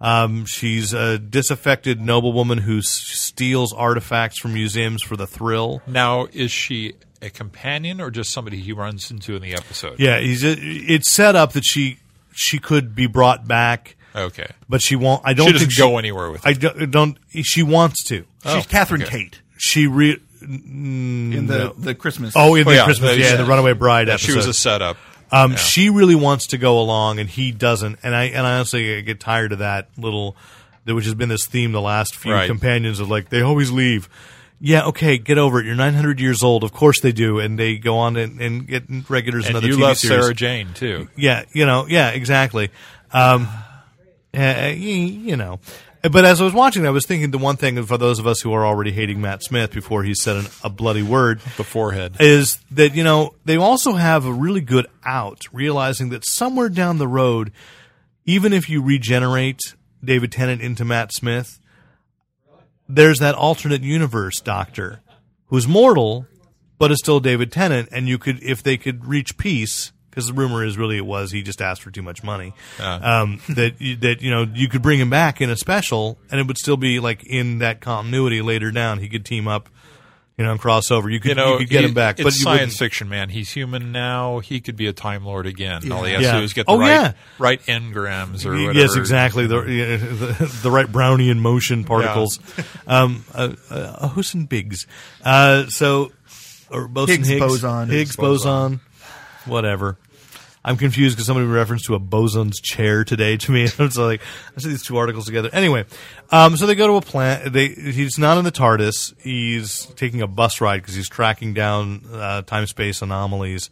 S2: Um, she's a disaffected noblewoman who s- steals artifacts from museums for the thrill.
S3: Now is she a companion or just somebody he runs into in the episode?
S2: Yeah, he's a, it's set up that she she could be brought back,
S3: Okay.
S2: but she won't. I don't
S3: She
S2: think
S3: doesn't go anywhere with.
S2: I
S3: it.
S2: don't, I don't. She wants to.
S5: She's Catherine Tate
S2: She re.
S5: in the the Christmas.
S2: Oh, in
S3: Oh,
S2: the
S3: yeah,
S2: Christmas,
S3: the-
S2: yeah, the Runaway Bride
S3: Yeah,
S2: episode.
S3: she was a setup.
S2: Um, She really wants to go along, and he doesn't. And I and I honestly get tired of that little, which has been this theme the last few
S3: Right.
S2: companions of like they always leave. Yeah, okay, get over it. You're 900 years old. Of course they do, and they go on and, and get regulars in
S3: And
S2: other
S3: you
S2: TV
S3: love
S2: series.
S3: Sarah Jane too.
S2: Yeah, you know, yeah, exactly. Um, uh, y- you know, but as I was watching, I was thinking the one thing for those of us who are already hating Matt Smith before he said an, a bloody word
S3: The forehead.
S2: is that you know they also have a really good out, realizing that somewhere down the road, even if you regenerate David Tennant into Matt Smith, there's that alternate universe Doctor who's mortal but is still David Tennant, and you could if they could reach peace. Because the rumor is really it was he just asked for too much money.
S3: Ah.
S2: Um, that you- that you know you could bring him back in a special, and it would still be like in that continuity later down. He could team up, you know, and cross over. You could
S3: You know,
S2: you could get
S3: he-
S2: him back,
S3: It's
S2: but you
S3: science
S2: wouldn't-
S3: fiction, man. He's human now. He could be a time lord again. All he has
S2: Yeah.
S3: to do is get the
S2: Oh,
S3: right
S2: yeah.
S3: right engrams or
S2: Y-
S3: whatever. Um,
S2: Yes, exactly. The, yeah, the, the right Brownian motion particles. Um, uh, uh, Hoosen Biggs. Uh, so, or Boson Higgs,
S5: Higgs boson.
S2: Higgs
S5: Higgs
S2: boson. Whatever. I'm confused because somebody referenced to a boson's chair today to me. I was like, I see these two articles together. Anyway, um, so they go to a plant. They he's not in the TARDIS. He's taking a bus ride because he's tracking down uh, time space anomalies.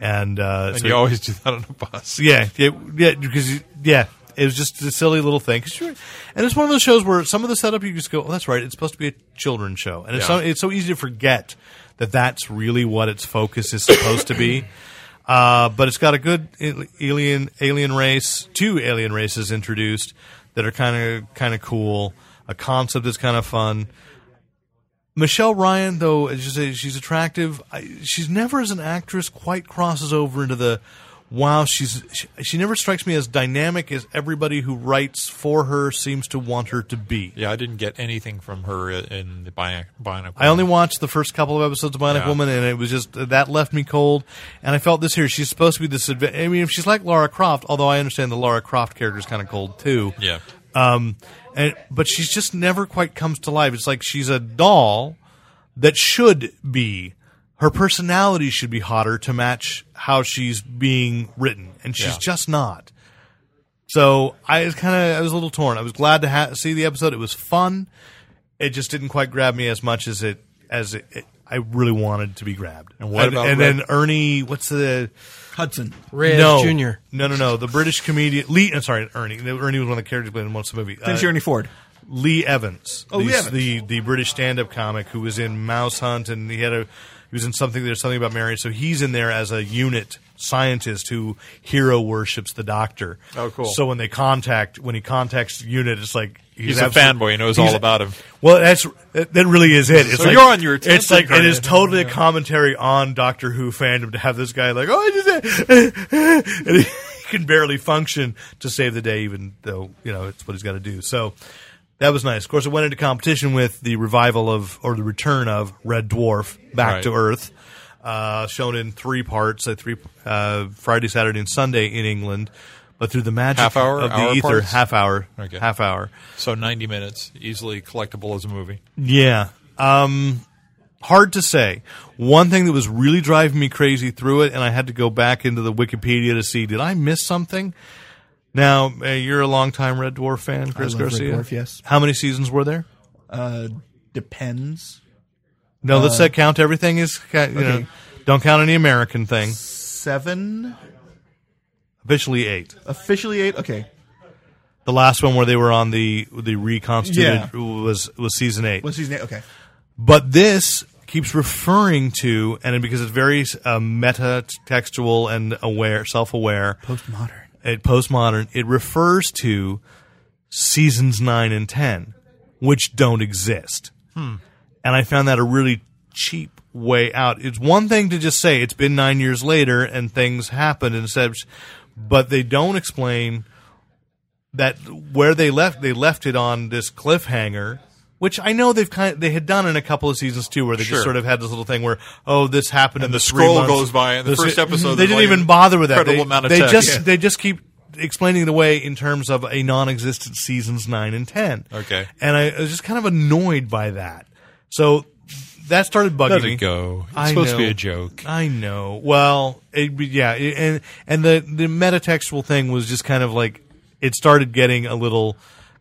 S2: And, uh,
S3: And
S2: so-
S3: you always do that on a bus.
S2: yeah, yeah, yeah, because yeah, it was just a silly little thing. 'Cause you're- And it's one of those shows where some of the setup you just go, "Oh, that's right, it's supposed to be a children's show," and it's
S3: Yeah.
S2: so, it's so easy to forget that that's really what its focus is supposed to be. Uh, but it's got a good al- alien alien race, two alien races introduced that are kind of kind of cool. A concept that's kind of fun. Michelle Ryan, though, as you say, she's attractive. I, she's never, as an actress, quite crosses over into the wow. She's she, she never strikes me as dynamic as everybody who writes for her seems to want her to be.
S3: Yeah, I didn't get anything from her in the Bionic. Bionic
S2: I only watched the first couple of episodes of Bionic
S3: Yeah.
S2: Woman, and it was just that left me cold. And I felt this here. She's supposed to be this. adva- I mean, if she's like Lara Croft, although I understand the Lara Croft character is kind of cold too.
S3: Yeah.
S2: Um, and but she's just never quite comes to life. It's like she's a doll that should be. Her personality should be hotter to match how she's being written, and she's
S3: Yeah.
S2: just not. So I was kind of I was a little torn. I was glad to ha- see the episode. It was fun. It just didn't quite grab me as much as it as it, it- I really wanted to be grabbed. And
S3: what about
S2: and
S3: Red-
S2: then Ernie? What's the
S5: Hudson.
S4: Red
S2: no
S4: Jr.
S2: No, no, no. The British comedian Lee. I'm sorry, Ernie. Ernie was one of the characters played in most of the movie. Uh,
S5: Then Jeremy Ford.
S2: Lee Evans.
S5: Oh,
S2: the,
S5: Lee Evans.
S2: the the British stand-up comic who was in Mouse Hunt, and he had a he was in something. There's something about Mary, so he's in there as a unit scientist who hero worships the Doctor.
S3: Oh, cool.
S2: So when they contact when he contacts unit, it's like
S3: He's a
S2: absolute-
S3: fanboy. He knows
S2: he's-
S3: all about him.
S2: Well, that's that that really is it. It's
S3: So
S2: like,
S3: you're on your attention
S2: It's like it
S3: credit.
S2: is totally a commentary on Doctor Who fandom to have this guy like, oh, I just and he can barely function to save the day, even though you know it's what he's got to do. So that was nice. Of course, it went into competition with the revival of or the return of Red Dwarf back
S3: Right.
S2: to Earth, uh, shown in three parts, uh, three uh, Friday, Saturday, and Sunday in England. But through the magic
S3: Half hour,
S2: of the
S3: hour
S2: ether,
S3: parts?
S2: half hour,
S3: Okay.
S2: half hour.
S3: So 90 minutes, easily collectible as a movie.
S2: Yeah. Um, hard to say. One thing that was really driving me crazy through it, and I had to go back into the Wikipedia to see did I miss something? Now, uh, you're a longtime Red Dwarf fan, Chris
S5: love Red
S2: Garcia.
S5: Dwarf, yes.
S2: How many seasons were there?
S5: Uh, depends.
S2: No, let's uh, count everything is. ca- You know,
S5: okay.
S2: don't count any American thing.
S5: Seven.
S2: Officially eight.
S5: Officially eight. Okay.
S2: The last one where they were on the the reconstituted
S5: Yeah.
S2: was was season eight.
S5: What's his name? Okay.
S2: But this keeps referring to, and because it's very uh, meta textual and aware, self aware,
S5: Postmodern.
S2: it postmodern, it refers to seasons nine and ten, which don't exist.
S3: Hmm.
S2: And I found that a really cheap way out. It's one thing to just say it's been nine years later and things happened and such, but they don't explain that where they left. They left it on this cliffhanger. Which I know they've kind they had done in a couple of seasons too, where they
S3: Sure.
S2: just sort of had this little thing where oh this happened and in
S3: the
S2: three
S3: scroll
S2: months.
S3: goes by and the first
S2: se-
S3: episode
S2: they
S3: is
S2: didn't
S3: like
S2: even bother with that.
S3: incredible
S2: They,
S3: amount of
S2: they
S3: text.
S2: just
S3: Yeah.
S2: they just keep explaining it away in terms of a non-existent seasons nine and ten.
S3: Okay.
S2: and I, I was just kind of annoyed by that. So that started bugging
S3: Let
S2: me.
S3: it go. It's
S2: I
S3: supposed to
S2: know.
S3: be a joke.
S2: I know. Well, it, yeah, it- and and the the metatextual thing was just kind of like it started getting a little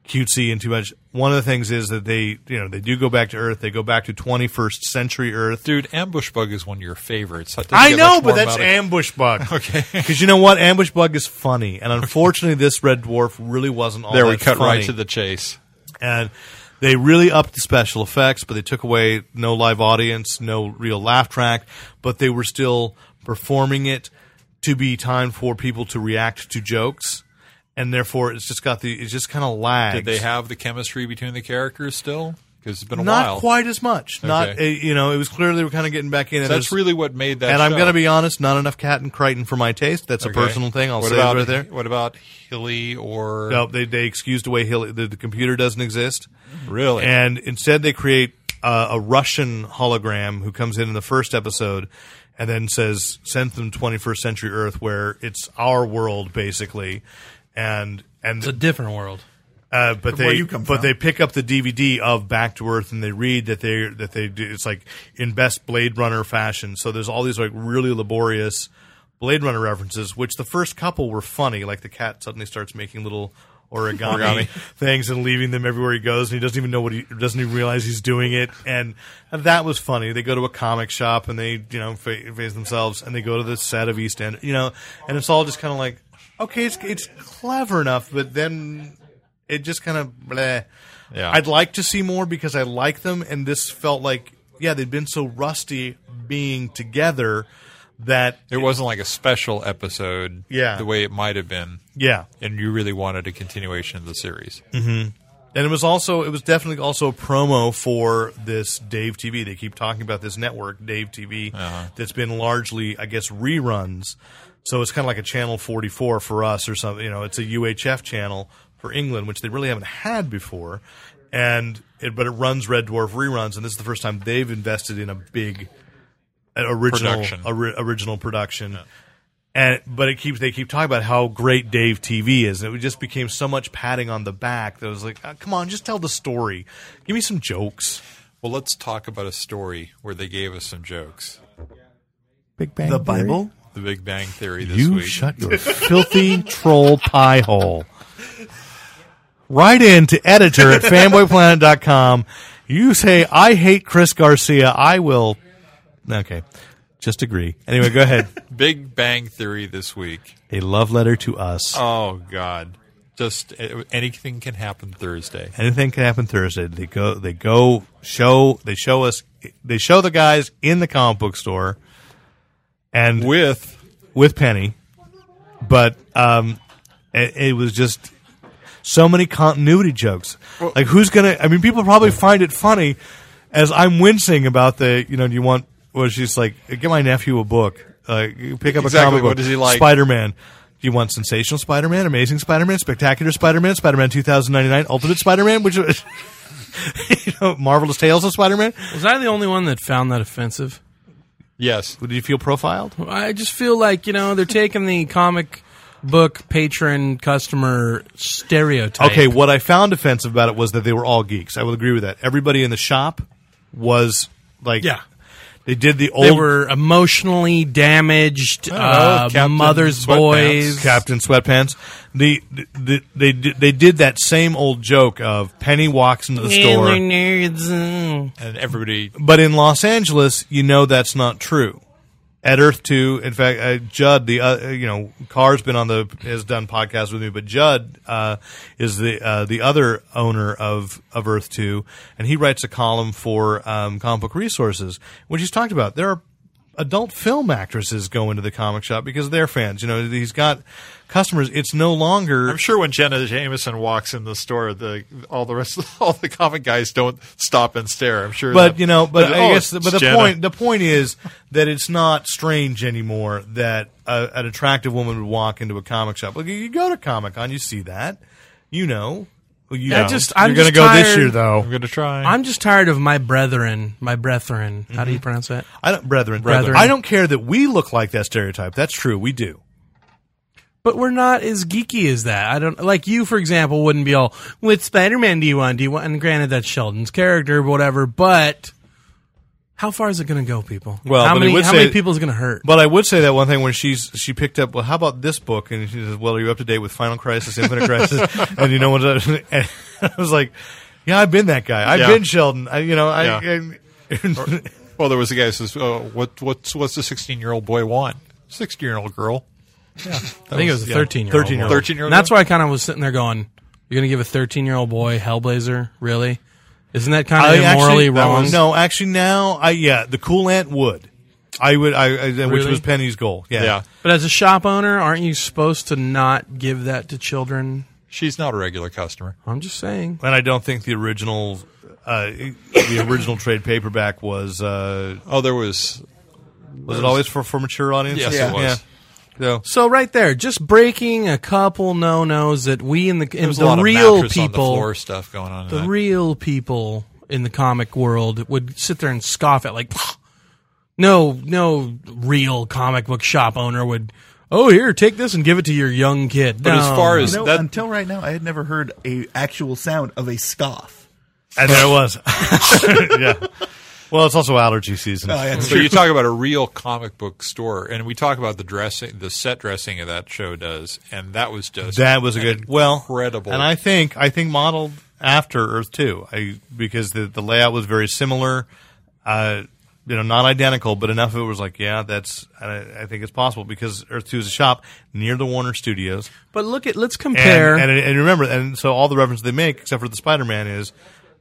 S2: cutesy and too much. One of the things is that they you know they do go back to Earth. They go back to 21st century Earth.
S3: Dude, Ambush Bug is one of your favorites. That doesn't
S2: I
S3: get
S2: know,
S3: much
S2: but
S3: more
S2: that's
S3: about it.
S2: ambush bug.
S3: Okay.
S2: because you know what, ambush bug is funny, and unfortunately, this red dwarf really wasn't all
S3: There,
S2: that
S3: we cut right
S2: funny.
S3: to the chase.
S2: and they really upped the special effects, but they took away no live audience, no real laugh track, but they were still performing it to be time for people to react to jokes, and therefore it's just got the it's just kind of lags.
S3: Did they have the chemistry between the characters still? Because it's been a
S2: not
S3: while.
S2: quite as much? Not uh,
S3: Okay.
S2: you know, it was clear they were kind of getting back in. and
S3: That's
S2: there's-
S3: really what made that.
S2: and I'm
S3: show.
S2: going to be honest, not enough Cat and Crichton for my taste. That's
S3: Okay.
S2: a personal thing. I'll
S3: what
S2: say it
S3: about,
S2: right there.
S3: What about Hilly or
S2: No, they they excused away Hillary. The, the computer doesn't exist.
S3: really?
S2: And instead, they create uh, a Russian hologram who comes in in the first episode and then says, "Send them 21st century Earth, where it's our world, basically." And and
S4: It's a different world.
S2: uh, but
S5: where
S2: they
S5: you come
S2: but
S5: from.
S2: they pick up the DVD of Back to Earth and they read that they that they do, it's like in best Blade Runner fashion. So there's all these like really laborious Blade Runner references, which the first couple were funny, like the cat suddenly starts making little origami, things and leaving them everywhere he goes, and he doesn't even know what he doesn't even realize he's doing it, and that was funny. They go to a comic shop and they you know fa- face themselves, and they go to the set of East End, you know, and it's all just kind of like. Okay, it's it's clever enough, but then it just kind of bleh.
S3: Yeah.
S2: I'd like to see more because I like them, and this felt like yeah they'd been so rusty being together that
S3: it wasn't like a special episode.
S2: Yeah.
S3: the way it might have been,
S2: yeah,
S3: and you really wanted a continuation of the series.
S2: Mm-hmm. and it was also it was definitely also a promo for this Dave TV. They keep talking about this network Dave TV that's been largely I guess reruns, so it's kind of like a Channel 44 for us or something. You know, it's a UHF channel for England, which they really haven't had before, and it, but it runs Red Dwarf reruns, and this is the first time they've invested in a big an original
S3: Production.
S2: ori- original production. And but it keeps they keep talking about how great Dave TV is, and it just became so much patting on the back that it was like, "Ah, come on, just tell the story, give me some jokes.
S3: Well, let's talk about a story where they gave us some jokes.
S5: The Bible.
S3: The Big Bang Theory this
S2: You
S3: week.
S2: shut your filthy troll pie hole. Write in to editor at fanboyplanet.com. You say, I hate Chris Garcia. I will. Okay. Just agree. Anyway, go ahead.
S3: Big Bang Theory this week.
S2: A love letter to us.
S3: Oh God! Just uh, anything can happen Thursday.
S2: anything can happen Thursday. They go, they go show, they show us, they show the guys in the comic book store, and with,
S3: With
S2: Penny, but um, it, it was just so many continuity jokes. like who's gonna? I mean, people probably find it funny as I'm wincing about the, you know, do you want? Well, she's like, get my nephew a book. Uh, pick up a
S3: Exactly.
S2: comic book.
S3: What does he like?
S2: Spider Man. Do you want Sensational Spider Man, Amazing Spider Man, Spectacular Spider Man, Spider Man 2099, Ultimate Spider Man, which was- you know, Marvelous Tales of Spider Man?
S4: Was I the only one that found that offensive?
S3: yes,
S2: Did you feel profiled?
S4: I just feel like you know they're taking the comic book patron customer stereotype.
S2: Okay, what I found offensive about it was that they were all geeks. I will agree with that. Everybody in the shop was like,
S4: Yeah.
S2: they did the old Oh,
S4: They were emotionally damaged,
S3: don't know,
S4: uh,
S3: Captain
S4: mother's
S3: Sweatpants.
S4: boys.
S2: Captain Sweatpants. The, the they did- they did that same old joke of Penny walks into the store.
S4: Nerds.
S3: and everybody.
S2: But in Los Angeles, you know that's not true. At Earth Two, in fact, uh, Judd, the uh, you know Carr's been on the has done podcasts with me, but Judd uh, is the uh, the other owner of of Earth Two, and he writes a column for um, Comic Book Resources, which he's talked about. There are adult film actresses go into the comic shop because they're fans. You know, he's got customers. It's no longer
S3: I'm sure when Jenna Jameson walks in the store, the all the rest, all the comic guys don't stop and stare. I'm sure,
S2: but
S3: that-
S2: you know, but
S3: oh,
S2: I guess, but
S3: it's
S2: the
S3: Jenna.
S2: point, the point is that it's not strange anymore that a, an attractive woman would walk into a comic shop. Like you go to Comic Con, you see that, you know. Well, you
S4: I
S2: know.
S4: just-
S2: you're
S4: I'm
S2: gonna
S4: just
S2: go this
S4: tired-
S2: year
S3: I'm
S2: though.
S3: going to try.
S4: I'm just tired of my brethren. My brethren. How
S2: Mm-hmm.
S4: do you pronounce that?
S2: I don't, brethren,
S4: Brethren.
S2: I don't care that we look like that stereotype. That's true. We do.
S4: But we're not as geeky as that. I don't like you, for example, wouldn't be all. What Spider Man do you want? Do you want? And granted, that's Sheldon's character, whatever. But How far is it going to go, people?
S2: Well, but
S4: how
S2: he
S4: many
S2: would
S4: how
S2: say-
S4: many people is it going to hurt?
S2: But I would say that one thing when she's she picked up. Well, how about this book? And she says, "Well, are you up to date with Final Crisis, Infinite Crisis?" and you know what? And I was like, "Yeah, I've been that guy. I've
S3: Yeah.
S2: been Sheldon. I, you know, I."
S3: Yeah.
S2: and- and-
S3: Well, there was a guy who says, oh, "What what's what's the sixteen year old boy want? Sixteen year old girl,
S4: I think it was a
S2: yeah,
S4: thirteen year old.
S2: 13-year-old.
S3: thirteen year old."
S4: And that's why I kind of was sitting there going, "You're going to give a thirteen year old boy Hellblazer? Really? Isn't that kind
S2: I
S4: of immorally
S2: actually, that
S4: wrong?"
S2: was- no, actually, now I yeah, the cool aunt would. I would. I, I which
S4: Really?
S2: was Penny's goal. Yeah.
S3: Yeah,
S4: But as a shop owner, aren't you supposed to not give that to children?
S3: she's not a regular customer.
S4: I'm just saying.
S2: And I don't think the original, uh, the original trade paperback was uh,
S3: Oh, there was
S2: was it always for for mature audiences?
S3: Yes, it
S2: yeah.
S3: was.
S2: Yeah. So
S4: So right there, just breaking a couple no nos that we in the
S3: there
S4: and
S3: was a lot
S4: the
S3: of
S4: real
S3: mattress on the
S4: people,
S3: floor stuff going on. in
S4: the
S3: that.
S4: real people in the comic world would sit there and scoff at, like, no, no real comic book shop owner would. Oh, here, take this and give it to your young kid.
S3: But as
S4: No.
S3: far as
S5: You know,
S3: that,
S5: until right now, I had never heard a actual sound of a scoff.
S2: and there it was. yeah. Well, it's also allergy season.
S3: so you talk about a real comic book store, and we talk about the dressing, the set dressing of that show does, and that was just
S2: That was a good, well,
S3: incredible.
S2: And I think I think modeled after Earth Two, I because the the layout was very similar. Uh, you know, not identical, but enough of it was like, yeah, that's. and I, I think it's possible because Earth Two is a shop near the Warner Studios,
S4: but look at let's
S2: and
S4: compare.
S2: and, and remember, and so all the references they make, except for the Spider Man, is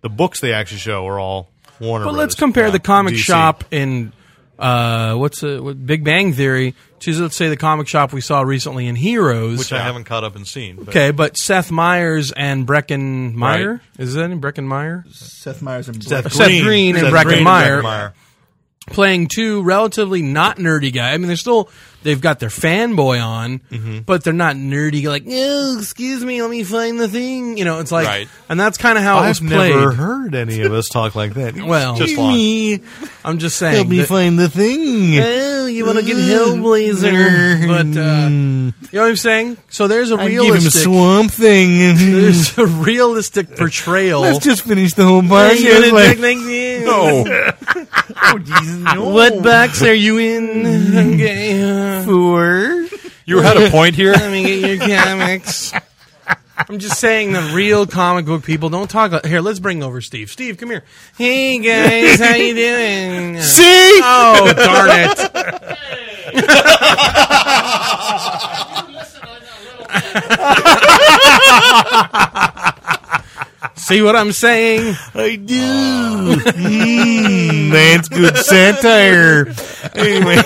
S2: the books they actually show are all Warner.
S4: But
S2: Brothers.
S4: let's compare
S2: Yeah,
S4: the comic
S2: DC.
S4: shop in uh, what's a, what, Big Bang Theory to let's say the comic shop we saw recently in Heroes,
S2: which I haven't caught up and seen. but-
S4: Okay, but Seth Meyers and Brecken Meyer
S3: Right.
S4: is that in Brecken Meyer
S5: Seth Meyers and
S2: Seth
S4: Seth Green and Breckin Meyer.
S2: Breckin
S4: playing two relatively not nerdy guys. I mean, they're still they've got their fanboy on, but they're not nerdy. Like, no, excuse me, let me find the thing. You know, it's like,
S3: Right.
S4: and that's kind of how it was
S2: I've
S4: played.
S2: never heard any of us talk like that.
S4: Well,
S3: Just
S4: Excuse
S3: lawn.
S4: me. I'm just saying.
S2: Help me
S4: that-
S2: find Mm-hmm. the thing.
S4: Oh, you want to get Hellblazer, but uh, you know what I'm saying. So there's a
S2: I give him
S4: realistic,
S2: Swamp Thing.
S4: there's a realistic portrayal.
S2: Let's just finish the whole
S4: Are you
S2: podcast.
S4: gonna
S2: Like,
S4: take like this?
S3: oh,
S4: What box are you in? Okay, uh,
S2: four.
S3: you had a point here.
S4: let me get your comics. I'm just saying the real comic book people don't talk. Like, here, let's bring over Steve. Steve, come here. Hey guys, how you doing?
S2: See?
S4: Oh darn it!
S6: Listen on that little thing.
S4: See what I'm saying?
S2: I do. Mm, that's good satire. Anyway,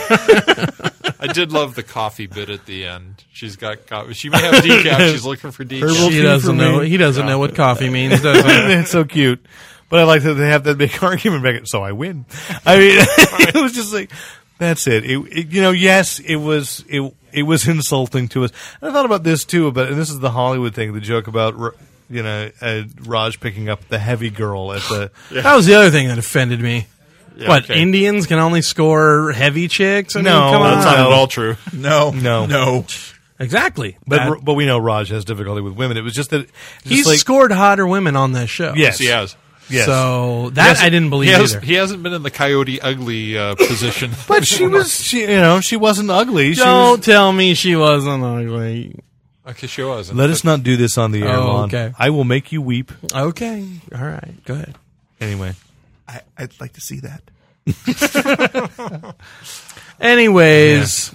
S3: I did love the coffee bit at the end. She's got coffee. She may have decaf. She's looking for decaf.
S2: Herbal-
S4: He
S2: tea for
S4: doesn't
S2: me.
S4: know. He doesn't know what coffee means, does he?
S2: that's so cute. But I like that they have that big argument back. So I win. I mean, it was just like that's it. It, it- You know, yes, it was. It it was insulting to us. And I thought about this too. But and this is the Hollywood thing. The joke about. R- You know, uh, Raj picking up the heavy girl at the
S4: That was the other thing that offended me. what
S3: okay.
S4: Indians can only score heavy chicks? I mean,
S2: No,
S4: come on.
S2: that's not at all
S3: true.
S5: No,
S2: No.
S5: no.
S4: Exactly.
S2: But
S4: That-
S2: but we know Raj has difficulty with women. It was just that just
S4: he's
S2: like,
S4: scored hotter women on that show.
S2: Yes,
S3: She has.
S2: yes.
S4: So that I didn't believe
S3: He, has,
S4: either.
S3: he hasn't been in the coyote ugly uh, position.
S2: but she was she you know she wasn't ugly. She
S4: Don't
S2: was,
S4: tell me she wasn't ugly.
S3: okay, she wasn't.
S2: let us not do this on the air.
S4: Oh,
S2: Lon.
S4: okay.
S2: I will make you weep.
S4: Okay. All right. Go ahead.
S2: Anyway,
S5: I, I'd like to see that.
S4: Anyways,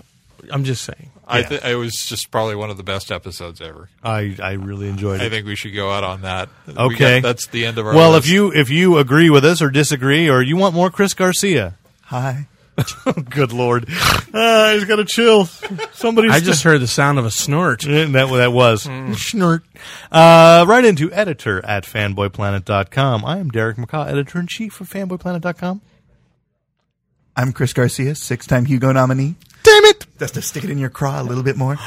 S4: I'm just saying.
S3: I th- it was just probably one of the best episodes ever.
S2: I I really enjoyed it.
S3: I think we should go out on that. We got-
S2: okay,
S3: that's the end of our.
S2: Well,
S3: list.
S2: if you if you agree with us or disagree or you want more Chris Garcia, Oh,
S5: Hi.
S2: good lord, uh, he's got to chill. Somebody,
S4: I
S2: st-
S4: just heard the sound of a snort.
S2: And that that was
S3: Mm.
S2: snort. Uh, right into editor at fanboyplanet.com. I am Derek McCaw, editor in chief of fanboyplanet.com.
S5: I'm Chris Garcia, six-time Hugo nominee.
S2: Damn it!
S5: Just to stick it in your craw a little bit more.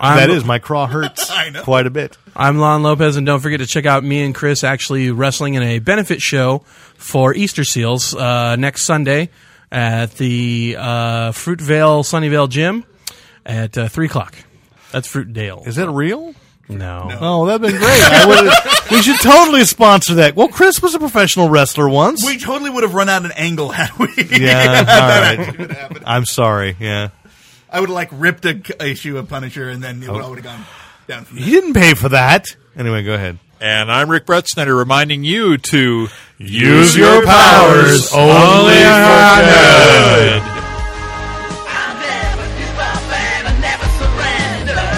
S4: I'm,
S2: that is my craw hurts quite a bit.
S4: I'm Lon Lopez, and don't forget to check out me and Chris actually wrestling in a benefit show for Easter Seals uh, next Sunday at the uh, Fruitvale Sunnyvale Gym at uh, three o'clock. That's Fruitdale.
S2: Is that real?
S4: No.
S2: Oh, that'd been great. I would've- we should totally sponsor that. Well, Chris was a professional wrestler once.
S5: We totally would have run out an angle had we.
S2: yeah, all right. I'm sorry. Yeah,
S5: I would have like ripped a c- issue of Punisher, and then it would all would have gone down. From there.
S2: he didn't pay for that. Anyway, go ahead.
S3: And I'm Rick Brettsnyder reminding you to
S2: Use your powers only for
S3: good.
S1: I never give up and I never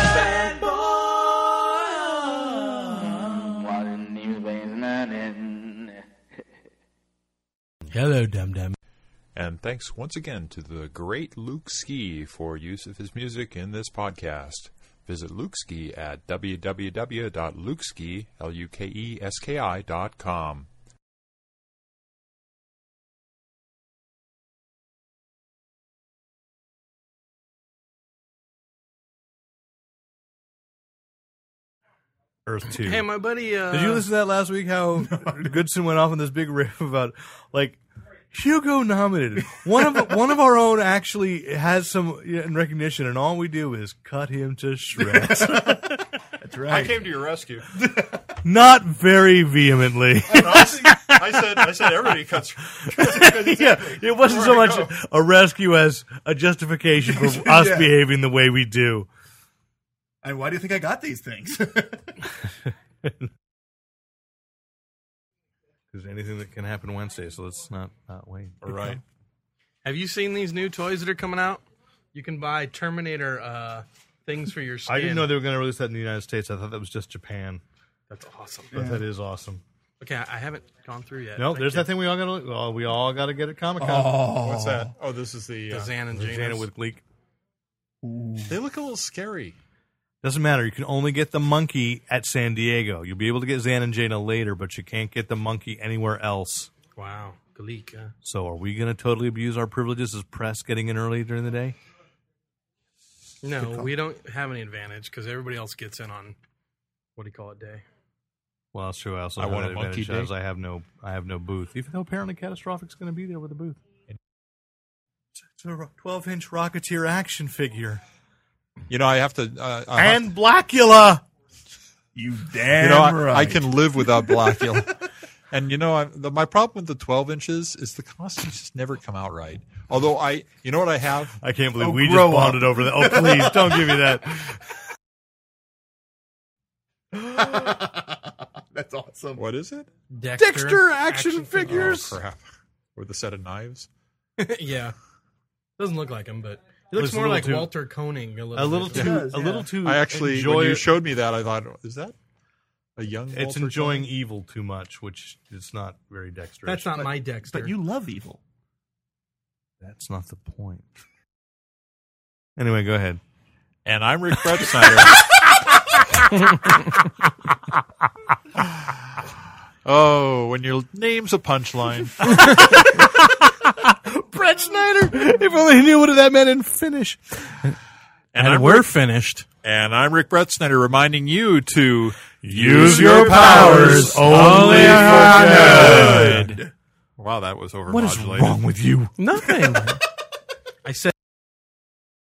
S1: surrender. Fanboy.
S4: Hello, dum dum.
S3: And thanks once again to the great Luke Ski for use of his music in this podcast. Visit Luke Ski at www.lukeski, E L-U-K-E-S-K-I dot com.
S2: Earth Two.
S4: Hey, my buddy. Uh,
S2: Did you listen to that last week? How Goodson went off on this big riff about like Hugo nominated one of one of our own actually has some yeah, in recognition, and all we do is cut him to shreds.
S3: I came to your rescue.
S2: Not very vehemently.
S3: I said, I said, everybody cuts.
S2: yeah, it wasn't so
S3: Where
S2: much
S3: to
S2: a rescue as a justification for us
S5: Yeah.
S2: behaving the way we do.
S5: And why do you think I got these things?
S2: Because anything that can happen Wednesday, so let's not not wait.
S3: Right.
S4: Have you seen these new toys that are coming out? You can buy Terminator uh, things for your skin.
S2: I didn't know they were going to release that in the United States. I thought that was just Japan,
S4: That's awesome.
S2: but that is awesome.
S4: Okay, I I haven't gone through yet.
S2: No,
S4: Thank
S2: there's
S4: you.
S2: that thing we all got to well, we all got to get at Comic Con.
S3: What's that? Oh, this is the.
S4: The
S3: Uh,
S4: Xan and
S2: Xana
S4: Janus.
S2: with Gleek.
S3: they look a little scary.
S2: Doesn't matter. You can only get the monkey at San Diego. You'll be able to get Xan and Jaina later, but you can't get the monkey anywhere else.
S4: wow, Gleek. Uh,
S2: So, are we going to totally abuse our privileges as press getting in early during the day?
S4: no, we don't have any advantage because everybody else gets in on what do you call it day?
S2: Well, that's true. I also
S3: I
S2: have
S3: want
S2: that
S3: a monkey
S2: advantage
S3: day.
S2: as I have no, I have no booth. Even though apparently Catastrophic's going to be there with a booth. It's a twelve-inch Rocketeer action figure
S3: You know, I have to. Uh, I have
S2: and Blackula.
S5: you damn
S3: you know, I,
S5: right.
S3: I can live without Blackula. and you know, I, the, my problem with the 12 inches is the costumes just never come out right. Although I, you know what I have?
S2: I can't believe
S5: Oh,
S2: we just
S5: grow up.
S2: bonded over that. Oh, please don't give me that.
S5: That's awesome.
S3: What is it?
S4: Dexter,
S3: Oh, crap. With a set of knives.
S4: yeah, doesn't look like him, but he looks
S2: Looks a
S4: more
S2: little
S4: like
S2: too-
S4: Walter Koenig. A little,
S2: A little
S4: bit.
S2: too,
S5: does,
S2: a
S5: yeah.
S2: little too.
S3: I actually,
S2: enjoy
S3: when you
S2: it.
S3: showed me that, I thought, is that a young?
S2: it's
S3: Walter
S2: enjoying
S3: Koenig?
S2: evil too much, which is not very dexterous.
S4: That's not my Dexter.
S5: But you love evil.
S2: That's not the point. Anyway, go ahead.
S3: And I'm Rick Brettsnyder. oh, when your name's a punchline.
S2: Brett Schneider. If only he knew what that meant in Finnish.
S3: And, I'm
S4: we're finished.
S3: And I'm Rick Brettsnyder reminding you to
S2: Use your powers only for
S3: Wow, that was
S2: What is
S3: overmodulated.
S2: wrong with you?
S4: Nothing. I said.